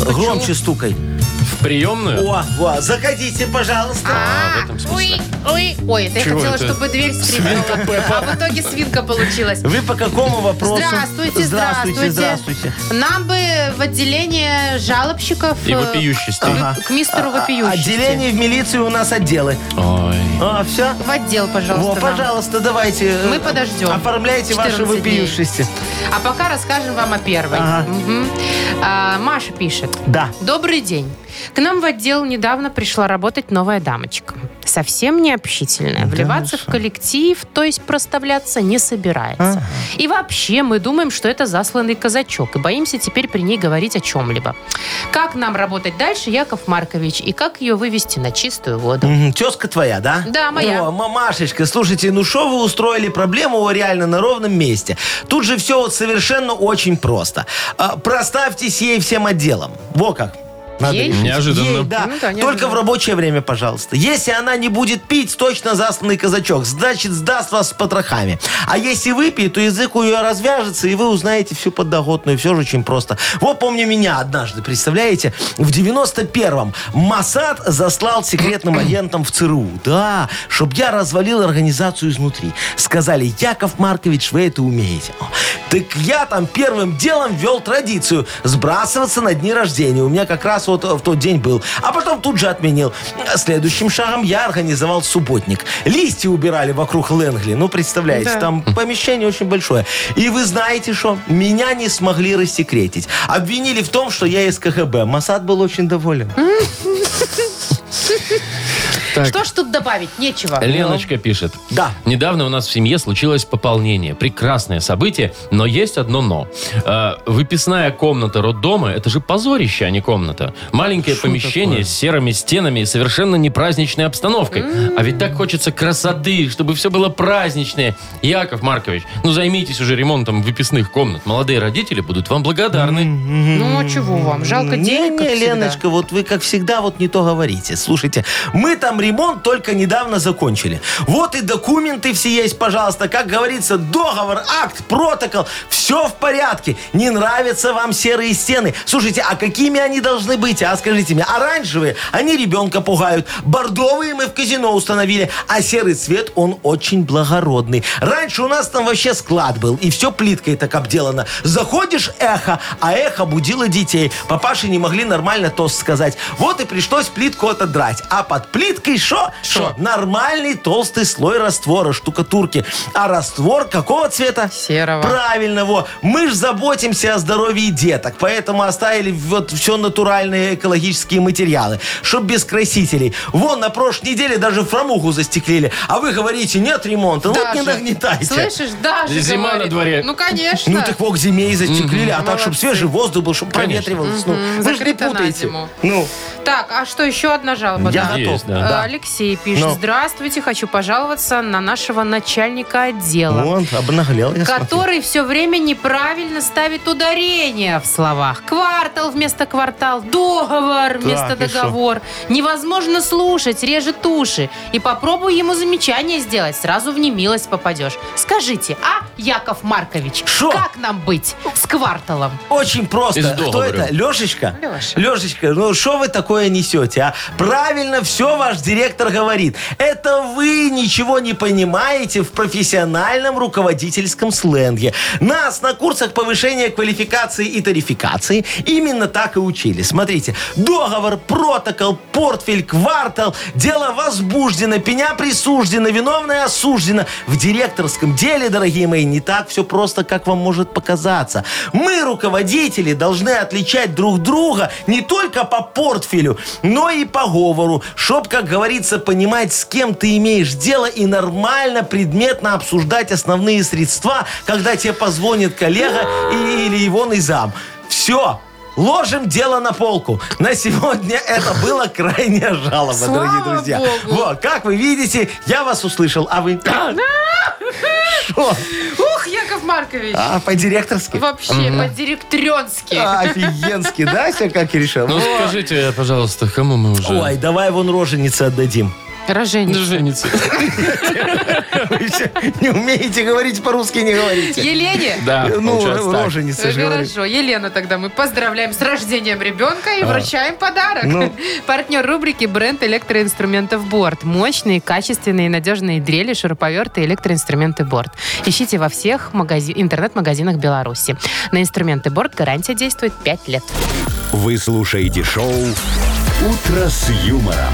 Громче стукай.
в приемную.
О, во, заходите, пожалуйста.
А, в этом смысле.
Ой, ой, это я
Чего
хотела,
это?
чтобы дверь скрипнула. А в итоге свинка получилась.
Вы по какому вопросу?
Здравствуйте, здравствуйте,
Здравствуйте, здравствуйте.
Нам бы в отделение жалобщиков
И
э,
вопиющести.
Ага.
к мистеру вопиющести.
Отделение в милиции у нас отделы.
Ой.
А, все?
В отдел,
Во,
пожалуйста. нам.
пожалуйста, давайте. э,
Мы подождем.
Оформляйте ваши
14 дней.
вопиюшисти.
А пока расскажем вам о первой.
Ага.
Мгм. А, Маша пишет.
Да.
Добрый день. К нам в отдел недавно пришла работать новая дамочка. Совсем необщительная.
ну
Вливаться в коллектив, то есть проставляться, не собирается. И вообще мы думаем, что это засланный казачок. И боимся теперь при ней говорить о чем-либо. Как нам работать дальше, Яков Маркович? И как ее вывести на чистую воду?
Мгм, Тезка твоя, да?
Да, моя.
О, мамашечка, слушайте, ну что вы устроили проблему вот реально на ровном месте? Тут же все вот совершенно очень просто. А, проставьтесь ей всем отделом. Во как. Надо
Ей?
решить.
Неожиданно.
Ей, да.
Ну да, неожиданно.
Только в рабочее время, пожалуйста. Если она не будет пить, точно засланный казачок. Значит, сдаст вас с потрохами. А если выпьет, то язык у нее развяжется, и вы узнаете всю подноготную. Все же очень просто. Вот помню меня однажды, представляете? В 91-м Масад заслал секретным агентам в ЦРУ. Да, чтобы я развалил организацию изнутри. Сказали, Яков Маркович, вы это умеете. О, Так я там первым делом вел традицию сбрасываться на дни рождения. У меня как раз вот э, в тот день был. А потом тут же отменил. Следующим шагом я организовал субботник. Листья убирали вокруг Лэнгли. Ну, представляете,
Да.
там помещение очень большое. И вы знаете что? Меня не смогли рассекретить. Обвинили в том, что я из КГБ. Масад был очень доволен.
Так.
Что ж тут добавить? Нечего.
Леночка пишет.
Да.
Недавно у нас в семье случилось пополнение. Прекрасное событие, но есть одно но. Э, выписная комната роддома, это же позорище, а не комната. Маленькое помещение с серыми стенами и совершенно не праздничной обстановкой. А ведь так хочется красоты, чтобы все было праздничное. Яков Маркович, ну займитесь уже ремонтом выписных комнат. Молодые родители будут вам
М-м-м.
благодарны.
Ну, а чего вам? Жалко денег, как
Не, не,
всегда.
Леночка, вот вы, как всегда, вот не то говорите. Слушайте, мы там ремонт только недавно закончили. Вот и документы все есть, пожалуйста. Как говорится, договор, акт, протокол. Все в порядке. Не нравятся вам серые стены. Слушайте, а какими они должны быть? А скажите мне, оранжевые, они ребенка пугают. Бордовые мы в казино установили. А серый цвет, он очень благородный. Раньше у нас там вообще склад был. И все плиткой так обделано. Заходишь, эхо, а эхо будило детей. Папаши не могли нормально тост сказать. Вот и пришлось плитку отодрать. А под плиткой шо? Шо? Нормальный толстый слой раствора, штукатурки. А раствор какого цвета?
Серого.
Правильно, во. Мы ж заботимся о здоровье деток, поэтому оставили вот все натуральные экологические материалы, чтоб без красителей. Вон, на прошлой неделе даже фрамугу застеклили, а вы говорите, нет ремонта, ну вот не
Даже.
нагнетайте.
Слышишь, даже
Зима
говорит.
на дворе.
Ну, конечно.
Ну так вот к зиме и застеклили, а так, чтобы
Молодцы.
свежий воздух был, чтобы
Конечно.
проветривалось. Ну,
Мгм,
вы ж не
закрыто на
путаете.
зиму.
Ну,
Так, а что еще одна жалоба?
я
да?
готов.
Есть, да.
Э,
да.
Алексей пишет,
Ну.
здравствуйте, хочу пожаловаться на нашего начальника отдела.
Вон, обнаглел я, смотрю.
который все время неправильно ставит ударение в словах. Квартал вместо квартал, договор вместо
Так, и шо?
договор. Невозможно слушать, режет уши. И попробуй ему замечание сделать, сразу в немилость попадешь. Скажите, а, Яков Маркович,
Шо?
как нам быть с кварталом?
Очень
Из
просто. Кто
договора.
это? Лешечка?
Леша.
Лешечка, ну что вы такое несете, а? Правильно все ваш директор говорит. Это вы ничего не понимаете в профессиональном руководительском сленге. Нас на курсах повышения квалификации и тарификации именно так и учили. Смотрите, договор, протокол, портфель, квартал, дело возбуждено, пеня присуждена, виновная осуждена. В директорском деле, дорогие мои, не так все просто, как вам может показаться. Мы, руководители, должны отличать друг друга не только по портфелю, но и по говору, чтоб, как говорится, понимать, с кем ты имеешь дело и нормально, предметно обсуждать основные средства, когда тебе позвонит коллега и- или его зам. Все, Ложим дело на полку. На сегодня это было крайне жалоба, дорогие друзья.
богу.
Вот, как вы видите, я вас услышал, а вы... Шо?
Ух, Яков Маркович!
А, по-директорски?
Вообще, по-директренски.
А, Офигенски, да, все как и решил?
Ну скажите, пожалуйста, кому мы уже...
Ой, давай вон роженицы отдадим.
Рожение.
Жениться.
Вы все не умеете говорить по-русски, не говорите.
Елене? Э,
Да,
Ну,
получается так.
роженица же говорит.
Хорошо, Елену тогда мы поздравляем с рождением ребенка и вручаем подарок.
Ну.
Партнер рубрики бренд электроинструментов Борт. Мощные, качественные, надежные дрели, шуруповерты и электроинструменты Борт. Ищите во всех магази- интернет-магазинах Беларуси. На инструменты Борт гарантия действует 5 лет.
Вы слушаете шоу «Утро с юмором»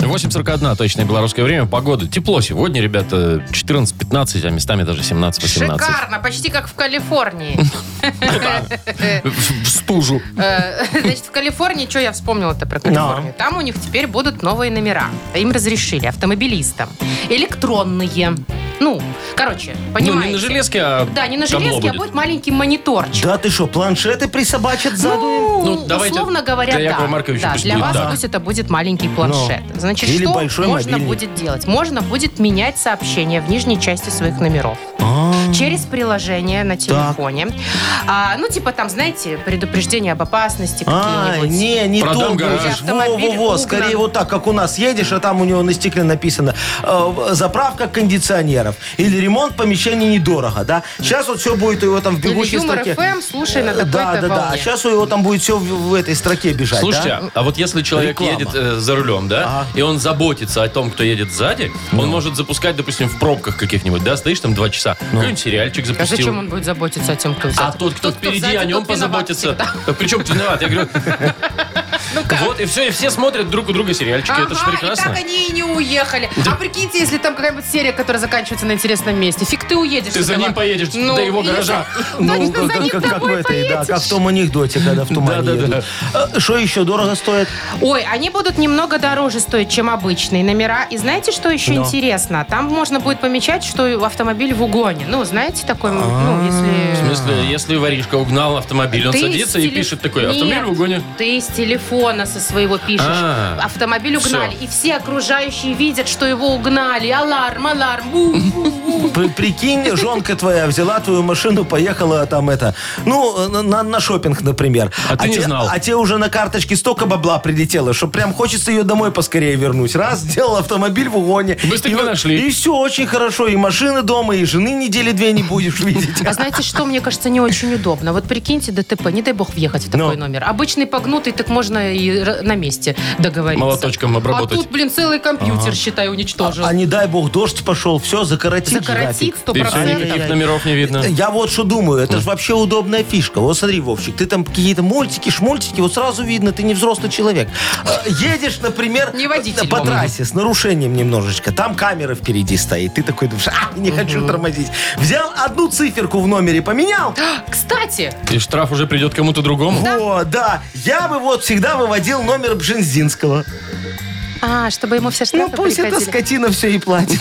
8.41 точное белорусское время. Погода. Тепло сегодня, ребята. 14-15, а местами даже 17-18.
Шикарно, почти как в Калифорнии.
В в стужу.
Э, Значит, в Калифорнии, что я вспомнила-то про Калифорнию? Там у них теперь будут новые номера. Им разрешили, автомобилистам. Электронные. Ну, короче,
Ну, не
понимаете.
на железке, а
Да, не на
табло
железке, а будет маленький мониторчик.
Да ты что, планшеты присобачат заду?
Ну,
Ну, давайте
условно говоря,
для Якова
да.
Марковича
Да,
пусть
для
будет Ну,
вас
так.
пусть это будет маленький планшет. Значит,
Или
что
большой
можно
мобильник.
А.
будет делать? Можно будет менять сообщения в нижней части своих номеров. через приложение на телефоне. А, ну, типа там, знаете, предупреждение об опасности
А,
какие-нибудь.
не, не
Продам
то.
гараж.
говоришь.
Автомобиль
Во-во-во,
угнан.
скорее вот так, как у нас едешь, а там у него на стекле написано э, заправка кондиционеров или ремонт помещений недорого, да? Сейчас вот все будет у его там в
Или
бегущей
юмор
строке.
ФМ, слушай на
Э,
такой-то
Да, да, да. А
волне.
сейчас у него там будет все в, в этой строке бежать,
Слушайте,
да?
а- а вот если человек
Реклама.
едет э, за рулем, да,
Ага. Ну.
и он заботится о том, кто едет сзади, он может запускать, допустим, в пробках каких-нибудь, да, стоишь там два часа,
Ну.
какой-нибудь сериальчик
А
запустил.
зачем он будет заботиться о тем, кто сзади?
А тот, кто впереди,
сзади,
о нем
тот виноват
позаботится.
всегда.
Так Причем ты виноват? Я говорю,
Ну как?
вот и все, и все смотрят друг у друга сериальчики. Это же
Ага, и
прекрасно.
так они и не уехали. А прикиньте, если там какая-нибудь серия, которая заканчивается на интересном месте. Фиг ты уедешь.
Ты
с
за
этого.
ним поедешь до его
и-
гаража.
Ну,
Точно за
как,
ним
как- как в
домой
этой, да,
поедешь.
как в том анекдоте, когда в тумане
Да-да-да.
едут. А, Что еще дорого стоит?
Ой, они будут немного дороже стоить, чем обычные номера. И знаете, что еще интересно? Там можно будет помечать, что автомобиль в угоне. Ну, знаете, такой, ну,
В
если...
смысле, если воришка угнал автомобиль, он
Ты
садится
с
и
теле-
пишет такой,
Нет,
автомобиль в угоне.
Ты с телефона со своего пишешь.
А,
Автомобиль
всё.
угнали. И все окружающие видят, что его угнали. Аларм, аларм. бу, бу, бу.
При- Прикинь, жонка твоя взяла твою машину, поехала там это, ну, на- на, на шопинг, например.
А ты не
те-
знал.
А тебе уже на карточке столько бабла прилетело, что прям хочется ее домой поскорее вернуть. Раз, сделал автомобиль в угоне.
Быстренько
и, вот-
нашли.
И все очень хорошо. И машины дома, и жены недели две не будешь видеть.
А знаете, что, мне кажется, не очень удобно. Вот прикиньте ДТП, не дай бог въехать в такой
Ну.
номер. Обычный погнутый, так можно и р- на месте договориться.
Молоточком обработать.
А тут, блин, целый компьютер, считай, уничтожил.
А не дай бог, дождь пошел, все, закоротит.
Закоротит
график.
сто
И все, никаких
процентов.
номеров не видно.
Я вот что думаю, это же вообще удобная фишка. Вот смотри, Вовчик, ты там какие-то мультики, шмультики, вот сразу видно, ты не взрослый человек. Э, Едешь, например,
Не водитель,
по
Вов.
трассе с нарушением немножечко, там камера впереди стоит, ты такой думаешь, а, не хочу тормозить. Взял одну циферку в номере, поменял,
Кстати,
И штраф уже придет кому-то другому.
о, да, я бы вот всегда выводил номер Бжензинского.
а, чтобы ему все штрафы
Ну пусть эта
приходили.
скотина все и платит.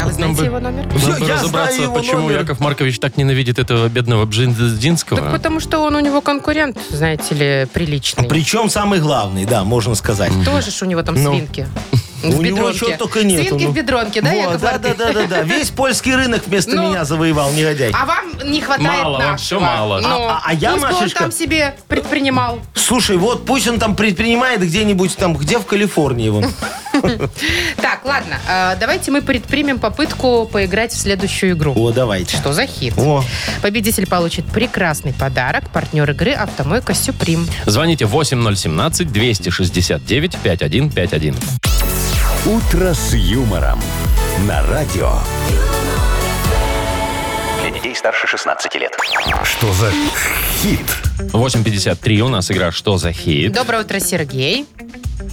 А вы знаете
бы-
его номер?
Всё,
Надо
я
разобраться,
знаю его
почему
номер.
Яков Маркович так ненавидит этого бедного
Так
Бжендинского.
потому что он у него конкурент, знаете ли, приличный.
А
Причем самый главный, да, можно сказать.
Тоже ж у него там свинки. В
Ну. У него чего
бедронке.
только ну. нет.
Свинки в бедронке, да, Яков
да, да,
Маркович?
да, да, да. Весь польский рынок вместо
Ну.
меня завоевал, негодяй.
А вам не хватает
Мало, вам
нашего.
всё мало.
Ну,
А- а- а я,
пусть бы он
Машечка-
там себе предпринимал.
Слушай, вот пусть он там предпринимает где-нибудь там, где в Калифорнии его.
Так, ладно, э, давайте мы предпримем попытку поиграть в следующую игру.
О, давайте.
Что за хит?
О.
Победитель получит прекрасный подарок. Партнер игры «Автомойка Сюприм».
Звоните 8017-269-5151.
«Утро с юмором» на радио.
Для детей старше 16 лет.
Что за хит?
8.53 у нас игра «Что за хит?»
Доброе утро, Сергей.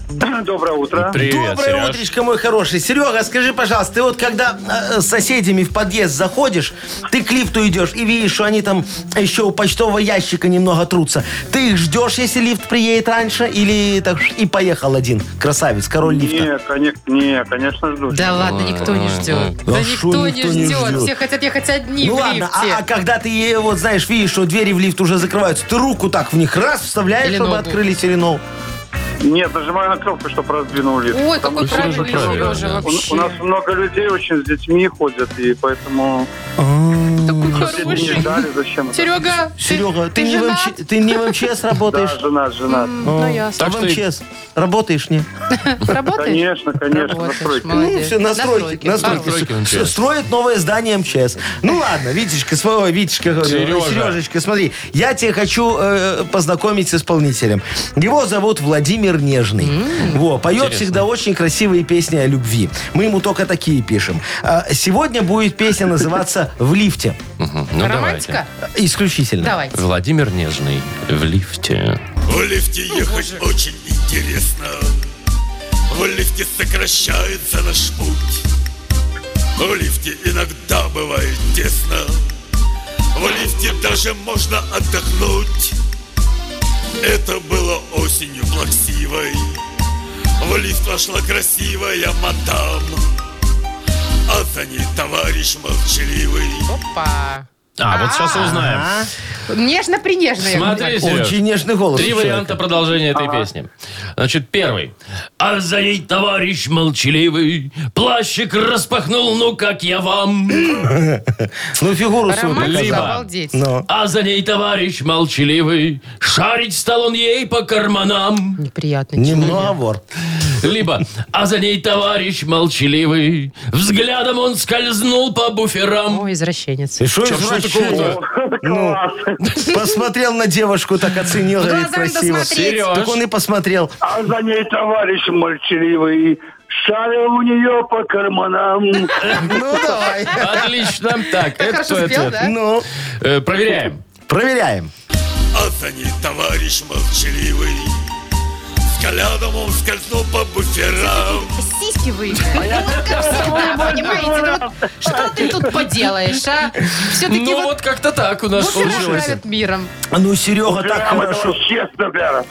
Доброе утро.
Привет,
Доброе
Сереж.
утречко, мой хороший. Серега, скажи, пожалуйста, ты вот когда э, с соседями в подъезд заходишь, ты к лифту идешь и видишь, что они там еще у почтового ящика немного трутся. Ты их ждешь, если лифт приедет раньше, или так ш- и поехал один. Красавец, король лифта.
Не, конечно, не, конечно, жду.
Да ладно, никто не ждет.
ой.
Да
А
никто
шо
не
никто не
ждет.
ждет?
Все хотят ехать одни
Ну
в
ладно, а, а
лифте.
когда ты, э, вот знаешь, видишь, что двери в лифт уже закрываются, ты руку так в них раз вставляешь,
Или
чтобы
ногу.
открылись или ногу.
Нет, нажимаю на кнопку, чтобы раздвинули.
Ой, какой
что же
правильный
правильно,
Сережа
да.
У, у нас
вообще.
много людей очень с детьми ходят, и поэтому
Такой
соседи не
хороший.
ждали, зачем это.
Серега,
Серега, ты, не в
женат?
МЧ ты не в МЧС
Да,
работаешь?
жена, жена.
Ну, ясно.
А
Так
в
что и-
МЧС работаешь, не?
Работаешь?
Конечно, конечно,
Работаешь,
настройки.
молодец.
Ну, все, настройки. Настройки.
Хорош.
Настройки
Все,
МЧС.
Строит новое здание МЧС. Ну ладно, Витечка, своего Витечка, говорю,
Сережа.
Сережечка, смотри, я тебя хочу э, познакомить с исполнителем. Его зовут Владимир Нежный. Во, поет всегда очень красивые песни о любви. Мы ему только такие пишем. А, сегодня будет песня называться «В лифте».
Мгм. Ну,
Романтика?
Исключительно.
Давайте.
давайте. Владимир Нежный в лифте.
В лифте ехать очень интересно. В лифте сокращается наш путь. В лифте иногда бывает тесно. В лифте даже можно отдохнуть. Это было осенью плаксивой. В лифт вошла красивая мадам. А за ней товарищ молчаливый.
Опа.
А, вот сейчас узнаем.
Нежно-принежно. я
Смотри,
говорю.
Сереж,
Очень нежный голос.
Три
у человека.
варианта продолжения этой песни. Значит, первый. А за ней товарищ молчаливый, плащик распахнул, ну как я вам.
Ну, фигуру
Романтика,
свою доказал.
Либо.
обалдеть.
Ну.
А за ней товарищ молчаливый, шарить стал он ей по карманам.
Неприятный
Немного вор.
Либо, а за ней товарищ молчаливый, взглядом он скользнул по буферам.
О, извращенец.
И что
Чё, что такого-то?
Ну, посмотрел на девушку, так оценил,
Ну,
говорит,
глазам
красиво.
досмотреть. Сереж.
Так он и посмотрел.
А за ней товарищ молчаливый, шарил у нее по карманам.
Ну, давай.
Отлично. Так, это
хорошо
твой
спел,
ответ.
да?
Ну,
Э, Проверяем.
проверяем.
А за ней товарищ молчаливый, взглядом он скользнул по буферам.
Сиськи вы. Ну, вот как всегда, понимаете? Ну, вот Что ты тут поделаешь, а? Все-таки
Ну
вот
вот как-то так у нас
буферы
получилось.
правят миром.
Ну, Серега так хорошо.
честно, бля.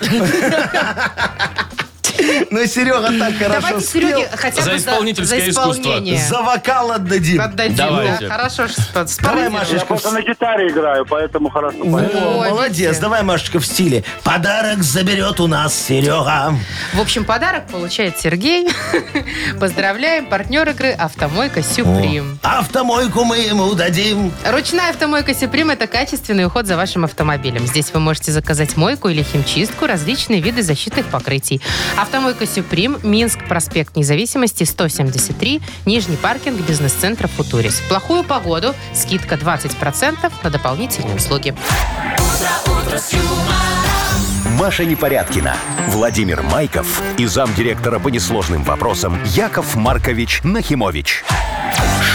Ну, Серега так хорошо
Давайте
спел.
Сереге хотя
За
бы
исполнительское
за
искусство.
исполнение.
За вокал отдадим.
Отдадим,
Давайте.
да. Хорошо, что
Давай,
спорим.
Машечка. в-
на гитаре играю, поэтому хорошо.
Во,
видите.
молодец. Давай, Машечка, в стиле. Подарок заберет у нас Серега.
В общем, подарок получает Сергей. Поздравляем партнер игры «Автомойка Сюприм».
Автомойку мы ему дадим.
Ручная автомойка «Сюприм» — это качественный уход за вашим автомобилем. Здесь вы можете заказать мойку или химчистку, различные виды защитных покрытий. Автомойка «Сюприм», Минск, проспект Независимости, 173, Нижний паркинг, бизнес-центр «Футурис». В плохую погоду скидка 20% на дополнительные услуги.
Маша Непорядкина, Владимир Майков и замдиректора по несложным вопросам Яков Маркович Нахимович.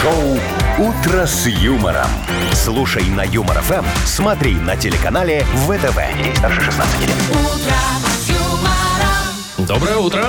Шоу «Утро с юмором». Слушай на Юмор ФМ, смотри на телеканале ВТВ. Ей старше 16 лет.
Доброе утро.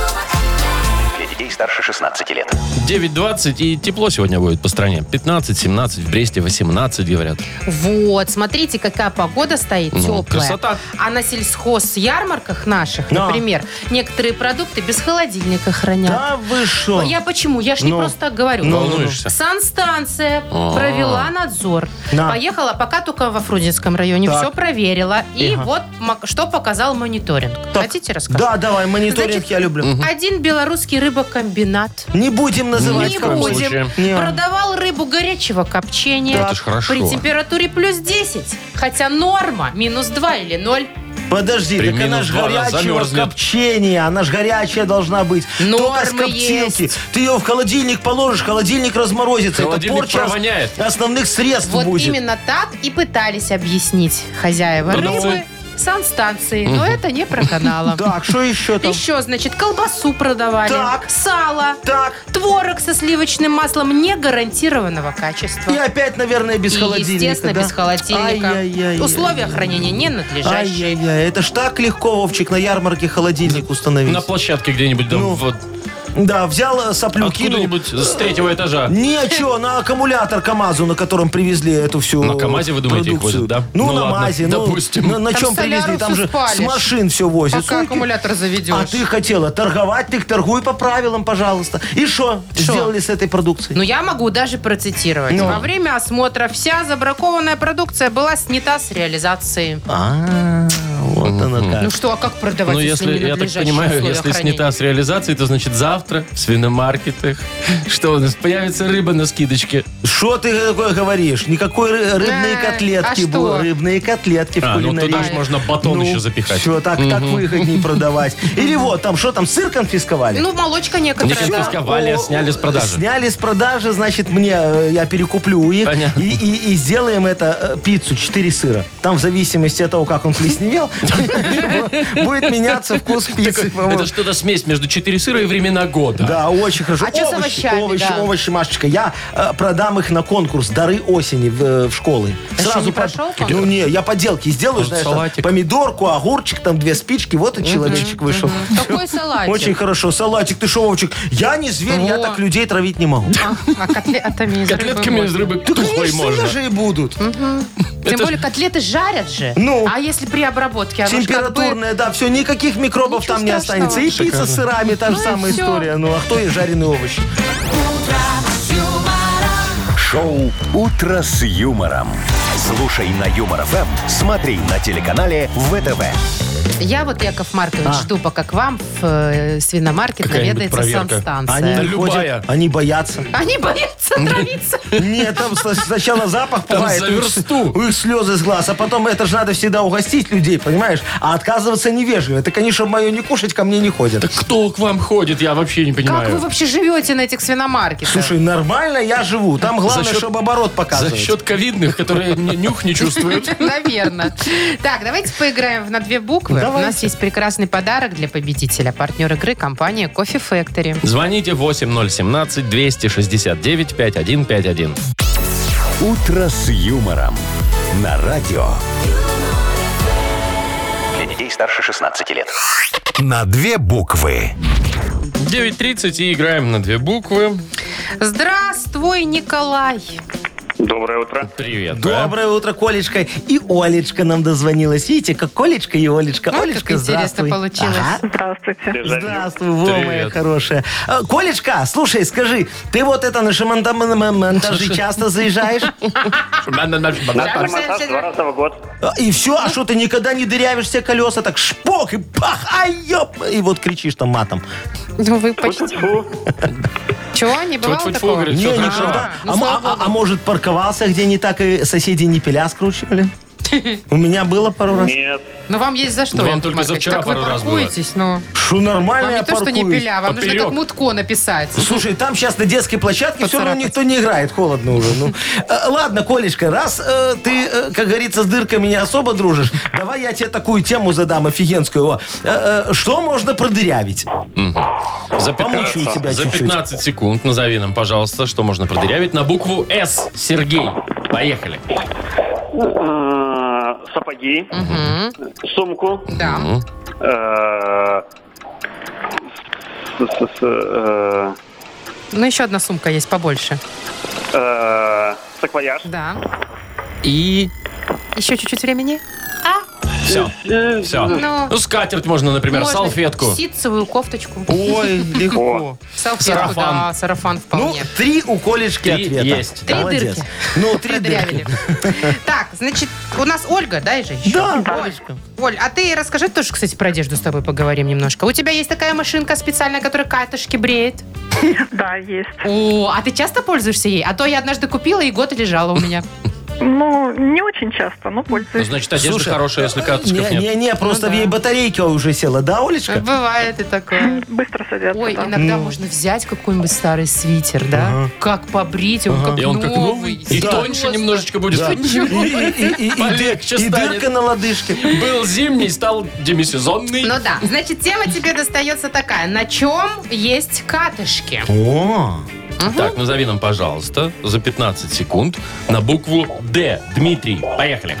Для детей старше 16 лет.
9.20 и тепло сегодня будет по стране. 15-17, в Бресте 18, говорят.
Вот, смотрите, какая погода стоит
Ну,
теплая.
красота.
А на сельхоз-ярмарках наших,
Да.
например, некоторые продукты без холодильника хранят.
да вы шо?
Я почему? Я ж не
Ну.
просто так говорю.
Ну,
Волнуешься?
Санстанция
А.
провела надзор.
Да.
Поехала пока только во Фрунзенском районе,
Так.
все проверила. И
Ага.
вот мак- что показал мониторинг.
Так.
Хотите рассказать?
Да, давай, мониторинг
Значит,
я люблю.
Один белорусский рыбокомбинат
Не будем называть
не
в коем
кого.
случае.
будем.
Не.
Продавал рыбу горячего копчения.
Да, это ж хорошо.
При температуре плюс 10. Хотя норма минус 2 или 0.
Подожди,
При
так она
минус
ж
два она
горячего
замерзнет.
копчения, она ж горячая должна быть.
Нормы
Только с коптилки.
есть.
Ты ее в холодильник положишь, холодильник разморозится.
Холодильник
Это порча
провоняет.
основных средств
Вот
будет.
именно так и пытались объяснить хозяева
Продавцы.
рыбы санстанции. Но это не проканало.
Так, что еще там?
Еще, значит, колбасу продавали,
Так.
сало,
Так,
творог со сливочным маслом не гарантированного качества.
и опять, наверное, без
И,
холодильника.
естественно,
да?
без холодильника.
Ай-яй-яй-яй.
Условия хранения не надлежащие.
Ай-яй-яй, это ж так легко, Вовчик, на ярмарке холодильник установить.
На площадке где-нибудь, да,
Ну,
вот,
Да, взял э, соплю, кинул.
откуда-нибудь Ну, с третьего этажа.
Ничего, на аккумулятор КАМАЗу, на котором привезли эту всю
На «КамАЗе», вы думаете, их
продукцию.
возят, да?
Ну,
Ну
на
ладно,
МАЗе. ну,
допустим.
На, на
Там
чем
соляру
привезли? Там
всю
же с
спалишь.
машин все возят.
Пока
Сойки.
аккумулятор заведешь.
А ты хотела торговать, ты торгуй по правилам, пожалуйста. И что
Шо?
сделали с этой продукцией?
Ну, я могу даже процитировать.
Ну.
Во время осмотра вся забракованная продукция была снята с реализации.
А, вот она как.
Ну что, а как продавать,
Ну,
если,
если,
не
я так
надлежащие
понимаю,
условия
если
хранения?
снята с реализации, то значит завтра в свиномаркетах, что у нас, появится рыба на скидочке.
Что ты такое говоришь? Никакой ры- рыбные
Э, а
котлетки
что?
было. Рыбные котлетки в
А, ну
кулинарии.
туда же можно батон еще запихать.
Все, так, так выгодней продавать. Или вот, там что там, сыр конфисковали?
Ну, молочка
Не
некоторая. да.
конфисковали, а
О,
сняли с продажи.
Сняли с продажи, значит, мне э, я перекуплю у них
Понятно.
и, и- и сделаем это э, пиццу 4 сыра. Там в зависимости от того, как он плесневел, будет меняться вкус пиццы.
Это
по-моему.
что-то смесь между четыре сыра и времена года.
Да, очень хорошо.
А чё с
Овощи,
овощами,
Овощи,
да?
овощи, Машечка. Я э, продам их на конкурс «Дары осени» в, э, в школы.
Ты что, не
прод-
прошел
Ну
конкурс?
не, я поделки сделаю,
Может,
знаешь, там
салатик?
помидорку, огурчик, там две спички, вот и человечек вышел.
Какой салатик?
Очень хорошо. Салатик, ты шо, Вовчик? Я не зверь, я
Во.
так людей травить не могу.
А котлетами из
Котлетками
рыбы
из
можно.
рыбы
Да,
тухлой
конечно,
можно.
свежие будут.
Тем
Это-
более котлеты жарят же.
Ну.
А если при обработке? оно ж как бы-
Температурная, да, все, никаких микробов
Ничего
там не
страшного.
останется. И пицца с сырами, та же
Ну и
самая
всё.
история. Ну, а кто и жареные овощи?
Шоу «Утро с юмором». Слушай на Юмор ФМ, смотри на телеканале ВТВ.
Я вот, Яков Маркович,
А.
жду, пока к вам в э, свиномаркет
Какая-нибудь
наведается
проверка.
Они
санстанция.
Да
не
любая.
ходят, они боятся.
Они боятся отравиться.
Нет, там с- сначала запах
Там
пугает,
за
у них с-
версту.
у них слезы с глаз, а потом это же надо всегда угостить людей, понимаешь? А отказываться невежливо. Так они, чтобы мое не кушать, ко мне не ходят.
Так кто к вам ходит, я вообще не
Как вы
понимаю.
вообще живете на этих свиномаркетах?
Слушай, нормально я живу. Там главное,
счет-
чтобы оборот показывать.
За счет ковидных, которые ни- нюх не чувствуют.
Наверное. Так, давайте поиграем в на две буквы. У нас
Ну, Давайте.
есть прекрасный подарок для победителя. Партнер игры компания Кофе Factory.
Звоните 8017-269-5151.
«Утро с юмором» на радио.
Для детей старше 16 лет.
На две буквы.
9.30 и играем на две буквы.
Здравствуй, Николай.
Доброе утро.
Привет. да?
Доброе утро, Колечка. И Олечка нам дозвонилась. Видите, как Колечка и Олечка.
Ой,
Олечка,
как интересно
здравствуй.
получилось.
Ага.
Дежавю.
Здравствуй, во, моя
Привет.
хорошая. А, Колечка, слушай, скажи, ты вот это на шамонта- м- м- монтажи часто заезжаешь? э,
На
Доброе
самокат
утро.
два раза в год.
А, И все, а что ты никогда не дырявишь все колеса, так шпок и пах, ай, ёп, и вот кричишь там матом.
Ну, вы почти...
Тьфу.
Чего, не бывало
Тьфу-тьфу-тьфу,
такого?
говорит,
Не,
всё хорошо.
никогда.
Ну,
А, м-
слава
а-
богу.
а может, парковался где не так, и соседи не пиля скручивали? У меня было пару раз.
Нет.
Ну, вам есть за что.
Вам
Яков
только
Маркович.
за вчера
Так вы
пару раз было.
паркуетесь, ну.
Что
Вам
нормально
не
я
то, что не
паркуюсь.
пиля, вам нужно
Поперек.
как мутко написать.
Слушай, там сейчас на детской площадке все равно
Поцарапать.
никто не играет, холодно уже. Ну. Э, Ладно, Колечка, раз э, ты, э, как говорится, с дырками не особо дружишь, давай я тебе такую тему задам офигенскую. О, э, э, Что можно продырявить?
За
Помучаю
15,
тебя
за
чуть-чуть.
15 секунд назови нам, пожалуйста, что можно продырявить на букву «С». Сергей, поехали.
А, Сапоги. Сумку.
Да.
э, с- с- с, э,
Ну, еще одна сумка есть побольше.
э, Саквояж.
Да.
И
Еще чуть-чуть времени.
все. Все.
Ну.
Ну, скатерть можно, например,
Можно
салфетку.
Ситцевую кофточку.
Ой, легко.
Салфетку,
Сарафан.
да, сарафан
Ну,
вполне.
три у Колечки
Три
ответа.
есть.
Три
Молодец.
дырки.
Ну, три
Продырявили.
дырки.
Так, значит, у нас Ольга, да, же еще?
Да,
Оль, Оль, а ты расскажи тоже, кстати, про одежду с тобой поговорим немножко. У тебя есть такая машинка специальная, которая катышки бреет?
Да, есть.
О, а ты часто пользуешься ей? А то я однажды купила и год лежала у меня.
Ну, не очень часто, но
Ну,
пользуюсь.
значит, одежда
Слушай,
хорошая, если карточков нет.
Не-не-не, просто в
Ну да.
ей батарейка уже села, да,
Э,
Олечка?
Бывает и такое.
Быстро садятся.
Ой,
да.
иногда можно взять какой-нибудь старый свитер, да? Как побрить, он как
И он как новый.
новый.
И
Да.
тоньше немножечко будет.
Да. И- и- и- и-
Полегче
И дырка
станет.
на лодыжке.
Был зимний, стал демисезонный.
Ну да, значит, тема тебе достается такая. На чем есть катышки?
О,
Так, назови нам, пожалуйста, за 15 секунд на букву «Д». Дмитрий, поехали.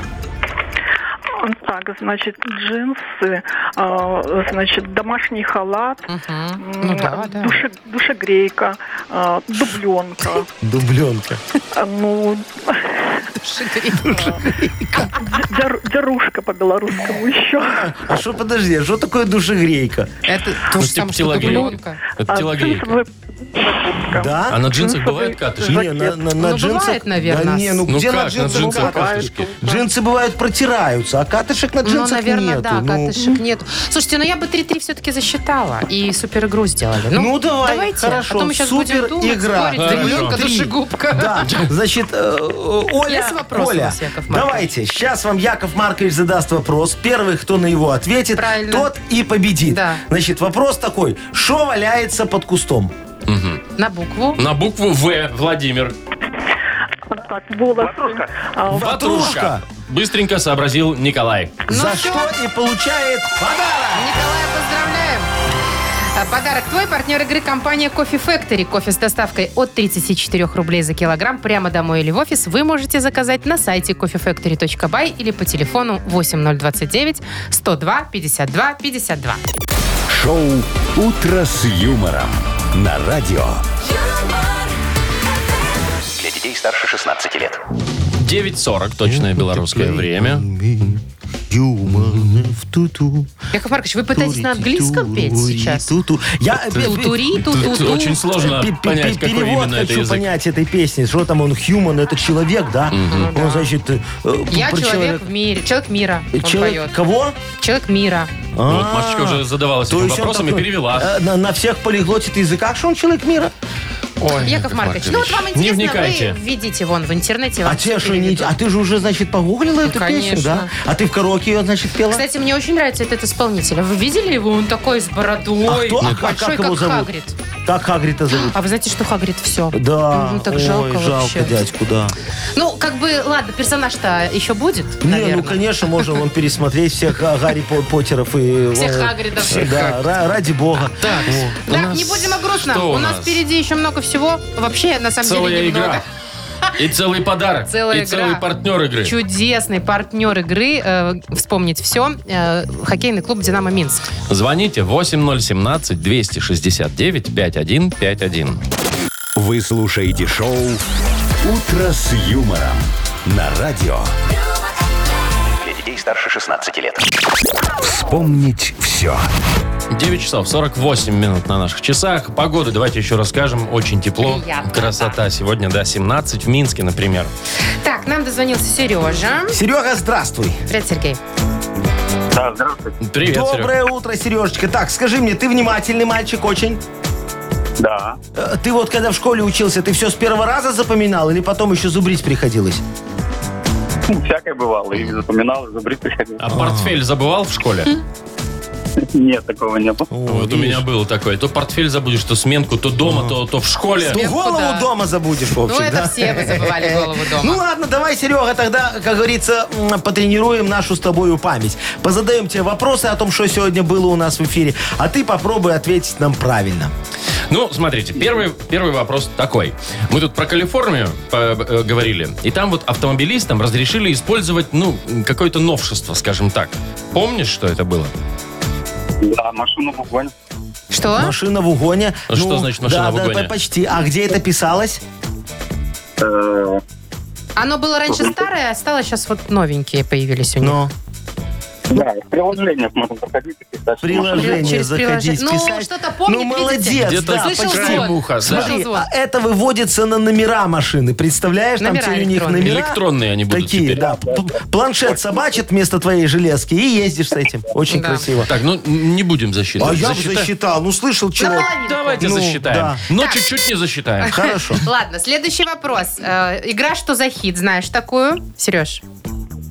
Так, значит, джинсы, э, значит, домашний халат,
Мгм.
м,
Ну да, да.
душе- душегрейка, э, дубленка.
дубленка.
э, Ну, а, дер- дерушка по-белорусскому еще.
А что, подожди, а что такое душегрейка?
Это то
Ну,
же
типа
самое, А что
телогрейка.
дубленка.
Это телогрейка.
Джинсовая закупка.
Да?
А на джинсах бывают
Ну,
катышки?
Не, на, на- на
Ну,
джинсах...
бывает, наверное.
Да не, ну,
Ну
где
как,
на
на
джинсах
джинсах
катышки?
катышки?
Джинсы бывают протираются, а катышек на
Ну,
джинсах
наверное,
нету.
да,
ну.
катышек нету. Слушайте, ну я бы 3-3 все-таки засчитала. И супер игру сделали.
Ну, давай,
давайте. а
хорошо,
Потом сейчас
супер
будем думать,
игра.
спорить,
Хорошо.
дубленка,
Три.
душегубка.
Да, значит, э, э, Оля,
Есть вопросы у
Оля,
вас, Яков Маркович?
давайте, сейчас вам Яков Маркович задаст вопрос. Первый, кто на его ответит,
Правильно.
тот и победит.
Да.
Значит, вопрос такой, что валяется под кустом?
На букву.
На букву «В» Владимир.
Так, волосы. а,
Ватрушка.
Быстренько сообразил Николай.
Ну
За
всё.
что и получает подарок.
Николая поздравляем. А Подарок твой, партнер игры компания Кофе Factory. Кофе с доставкой от 34 рублей за килограмм прямо домой или в офис вы можете заказать на сайте coffeefactory.by или по телефону 8029 102 52 52.
Шоу «Утро с юмором» на радио.
Для детей старше 16 лет.
9.40, точное белорусское время.
Юмор. в ту-ту.
Яков Маркович, вы пытаетесь на английском петь
Тури-тури,
сейчас?
ту-ту. Я э, э,
Тури,
Тут
ту-ту-ту.
очень сложно
Пе- пе-
понять,
пе-
какой
перевод
именно это
хочу
язык.
понять этой песни. Что там он, human, это человек, да? Он, значит, э, э,
Я
про
человек
человек-
в мире. Человек мира. Он
Человек
поет. Ну,
кого?
Человек мира.
Вот Машечка уже задавалась
А. То
этим
есть он
вопросом и
такой,
перевела.
э, На, на всех полиглотит языках, что он человек мира.
Ой,
Яков Маркович, ну вот вам интересно,
Не вникайте.
вы видите вон в интернете. вам
А тебе
всё
что не...
переведут.
А ты же уже, значит, погуглила эту песню,
Ну, конечно.
да? А ты в караоке ее, значит, пела?
Кстати, мне очень нравится этот исполнитель. А Вы видели его? Он такой с бородой,
кто- а- а
большой,
как его
как
зовут?
Хагрид.
Как Хагрита зовут?
А вы знаете, что Хагрид все?
Да.
Ну, так
Ой,
жалко вообще.
дядьку, да.
Ну, как бы, ладно, персонаж-то еще будет,
Не,
наверное.
ну, конечно, можно вон пересмотреть всех а, Гарри По- Поттеров и...
Всех
э,
Хагридов.
всех, Да, ра- ради бога.
Так, у
Да,
нас
не будем о грустном.
что
у нас? впереди еще много всего. Вообще, на самом
целая
деле, немного.
игра. И целый подарок.
Целая
и целый
игра.
партнер игры.
Чудесный партнер игры э, «Вспомнить все» э, хоккейный клуб «Динамо Минск».
Звоните 8017-269-5151.
Вы слушаете шоу «Утро с юмором» на радио.
Для детей старше 16 лет.
Вспомнить все.
9 часов 48 минут на наших часах. Погода, давайте еще расскажем. Очень тепло.
Приятно.
Красота. Сегодня, да, 17 в Минске, например.
Так, нам дозвонился Сережа.
Серега, здравствуй.
Привет, Сергей.
Да, здравствуйте.
Привет,
Доброе утро, Сережечка. Так, скажи мне, ты внимательный мальчик очень?
Да.
Э, Ты вот когда в школе учился, ты все с первого раза запоминал или потом еще зубрить приходилось?
Ну, всякое бывало. И запоминал, и зубрить приходил.
А портфель забывал в
Хм.
школе?
Нет, такого не было.
Вот у меня было такое. То портфель забудешь, то сменку, то дома, то то в школе.
Ты голову
да.
дома забудешь, в общем,
ну, это
да?
все вы забывали голову
Ну
дома.
ладно, давай, Серега, тогда, как говорится, м, потренируем нашу с тобою память. Позадаем тебе вопросы о том, что сегодня было у нас в эфире, а ты попробуй ответить нам правильно.
Ну, смотрите, первый, первый вопрос такой. Мы тут про Калифорнию э, э, говорили, и там вот автомобилистам разрешили использовать, ну, какое-то новшество, скажем так. Помнишь, что это было?
Да, машину буквально.
Что?
Машина в угоне. Ну,
А что значит машина
да,
в
да,
угоне?
да, почти. А где это писалось?
Э,
Оно было раньше старое, а стало сейчас вот новенькие появились у них.
Ну.
Но
Да, в приложениях можно проходить и писать. что машина.
приложение
Через
а заходить,
приложение. Ну,
писать.
что-то помнит,
Ну,
видите?
молодец,
Где-то
да,
Слышал
почти.
звон.
краем уха, да.
Слышал
Смотри,
звон.
а это выводится на номера машины. Представляешь,
Номера
там теперь у них
электронные.
номера.
Электронные они будут
Такие,
теперь.
да. П- Планшет собачит вместо твоей железки и ездишь с этим. Очень
Да.
красиво.
Так, ну, не будем засчитывать.
А я бы
Засчитай-
засчитал. Ну, слышал чего.
Наполовину.
Давайте
Ну,
засчитаем.
да.
Но чуть-чуть не засчитаем.
Хорошо.
Ладно, следующий вопрос. Э, Игра «Что за хит?» Знаешь такую, Сереж?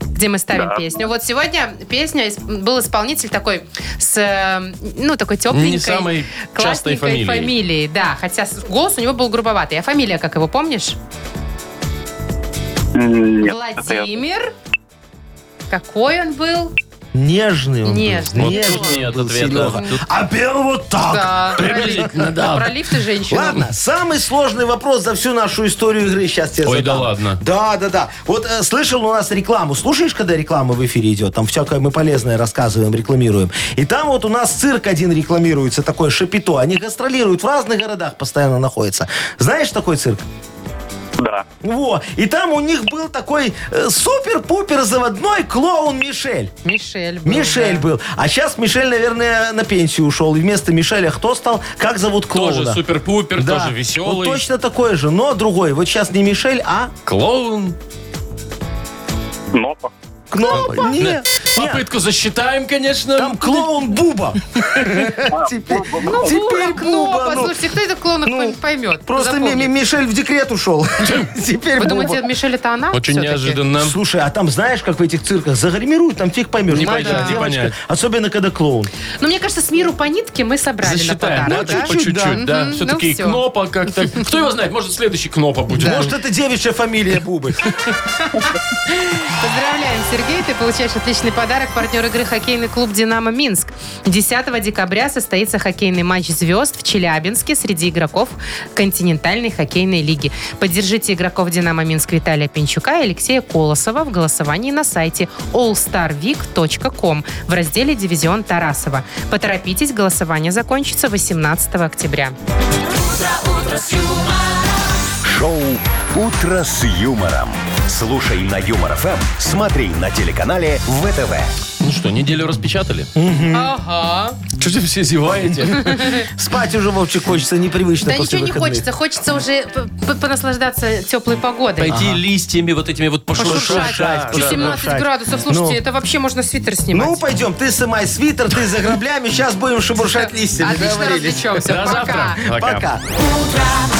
Где мы ставим
Да.
песню. Вот сегодня песня исп- был исполнитель такой с, э, ну, такой тепленькой.
Не самой частой
классненькой
фамилией.
фамилией, Да, хотя с- голос у него был грубоватый. А фамилия, как его, помнишь?
М, Нет, это я-
Владимир. Какой он был?
Нежный он был,
Нежный.
Вот
нежный
тут нет
был,
ответа.
Серега.
Тут-
А пел вот так.
Да, про
приблизительно,
лифт.
да.
Про лифт и женщину.
Ладно, самый сложный вопрос за всю нашу историю игры сейчас тебе
Ой,
задам.
да ладно.
Да, да, да. Вот э, слышал у нас рекламу. Слушаешь, когда реклама в эфире идет? Там всякое мы полезное рассказываем, рекламируем. И там вот у нас цирк один рекламируется, такое шапито. Они гастролируют в разных городах, постоянно находятся. Знаешь такой цирк?
Да.
Во. И там у них был такой э, супер-пупер заводной клоун Мишель.
Мишель
Ну
был.
Мишель
да.
был. А сейчас Мишель, наверное, на пенсию ушел. И вместо Мишеля кто стал? Как зовут клоуна?
Тоже супер-пупер,
Да.
тоже веселый.
Вот точно такой же, но другой. Вот сейчас не Мишель, а
Клоун.
Кнопа.
Кнопа. Нет, нет.
Попытку засчитаем, конечно.
Там клоун Буба. Теперь
Ну,
теперь
Бура, Кнопа.
Буба. ну.
Слушайте, кто это клоунов
Ну,
поймет?
Просто Ми-
запомнит.
Ми- Мишель в декрет ушел. Теперь
Вы думаете,
Буба.
Мишель это она?
Очень
всё-таки?
неожиданно.
Слушай, а там знаешь, как в этих цирках загримируют, там фиг поймешь.
Не
мальчик,
понять, не
девочка.
понять.
Особенно, когда клоун.
Но Ну, мне кажется, с миру по нитке мы собрали
Засчитаем,
на
да,
подарок.
так по
Чуть-чуть,
чуть-чуть, да.
да. Мгм,
Все-таки
ну
и
всё.
Кнопа как-то. Кто его знает, может, следующий Кнопа будет.
Может, это девичья фамилия Бубы.
Поздравляем, Сергей, ты получаешь отличный подарок. Партнер игры хоккейный клуб «Динамо Минск». 10 декабря состоится хоккейный матч «Звезд» в Челябинске среди игроков континентальной хоккейной лиги. Поддержите игроков «Динамо Минск» Виталия Пинчука и Алексея Колосова в голосовании на сайте allstarvik.com в разделе «Дивизион Тарасова». Поторопитесь, голосование закончится 18 октября.
Шоу «Утро с юмором» Слушай на Юмор ФМ, смотри на телеканале ВТВ.
Ну что, неделю распечатали?
Ага.
Что же все зеваете?
Спать уже, Вовчик, хочется непривычно
Да
после
ничего не хочется.
выходных.
Хочется уже п- п- понаслаждаться теплой погодой.
Пойти листьями вот этими вот пошуршать.
Пошуршать.
да,
17
шуршать.
градусов. Слушайте,
А, Ну.
это вообще можно свитер
Ну,
снимать.
пойдем, ты сымай свитер, ты за граблями, сейчас будем шебуршать листьями,
Отлично
договорились.
развлечемся.
До завтра.
Пока.
Пока.
Утро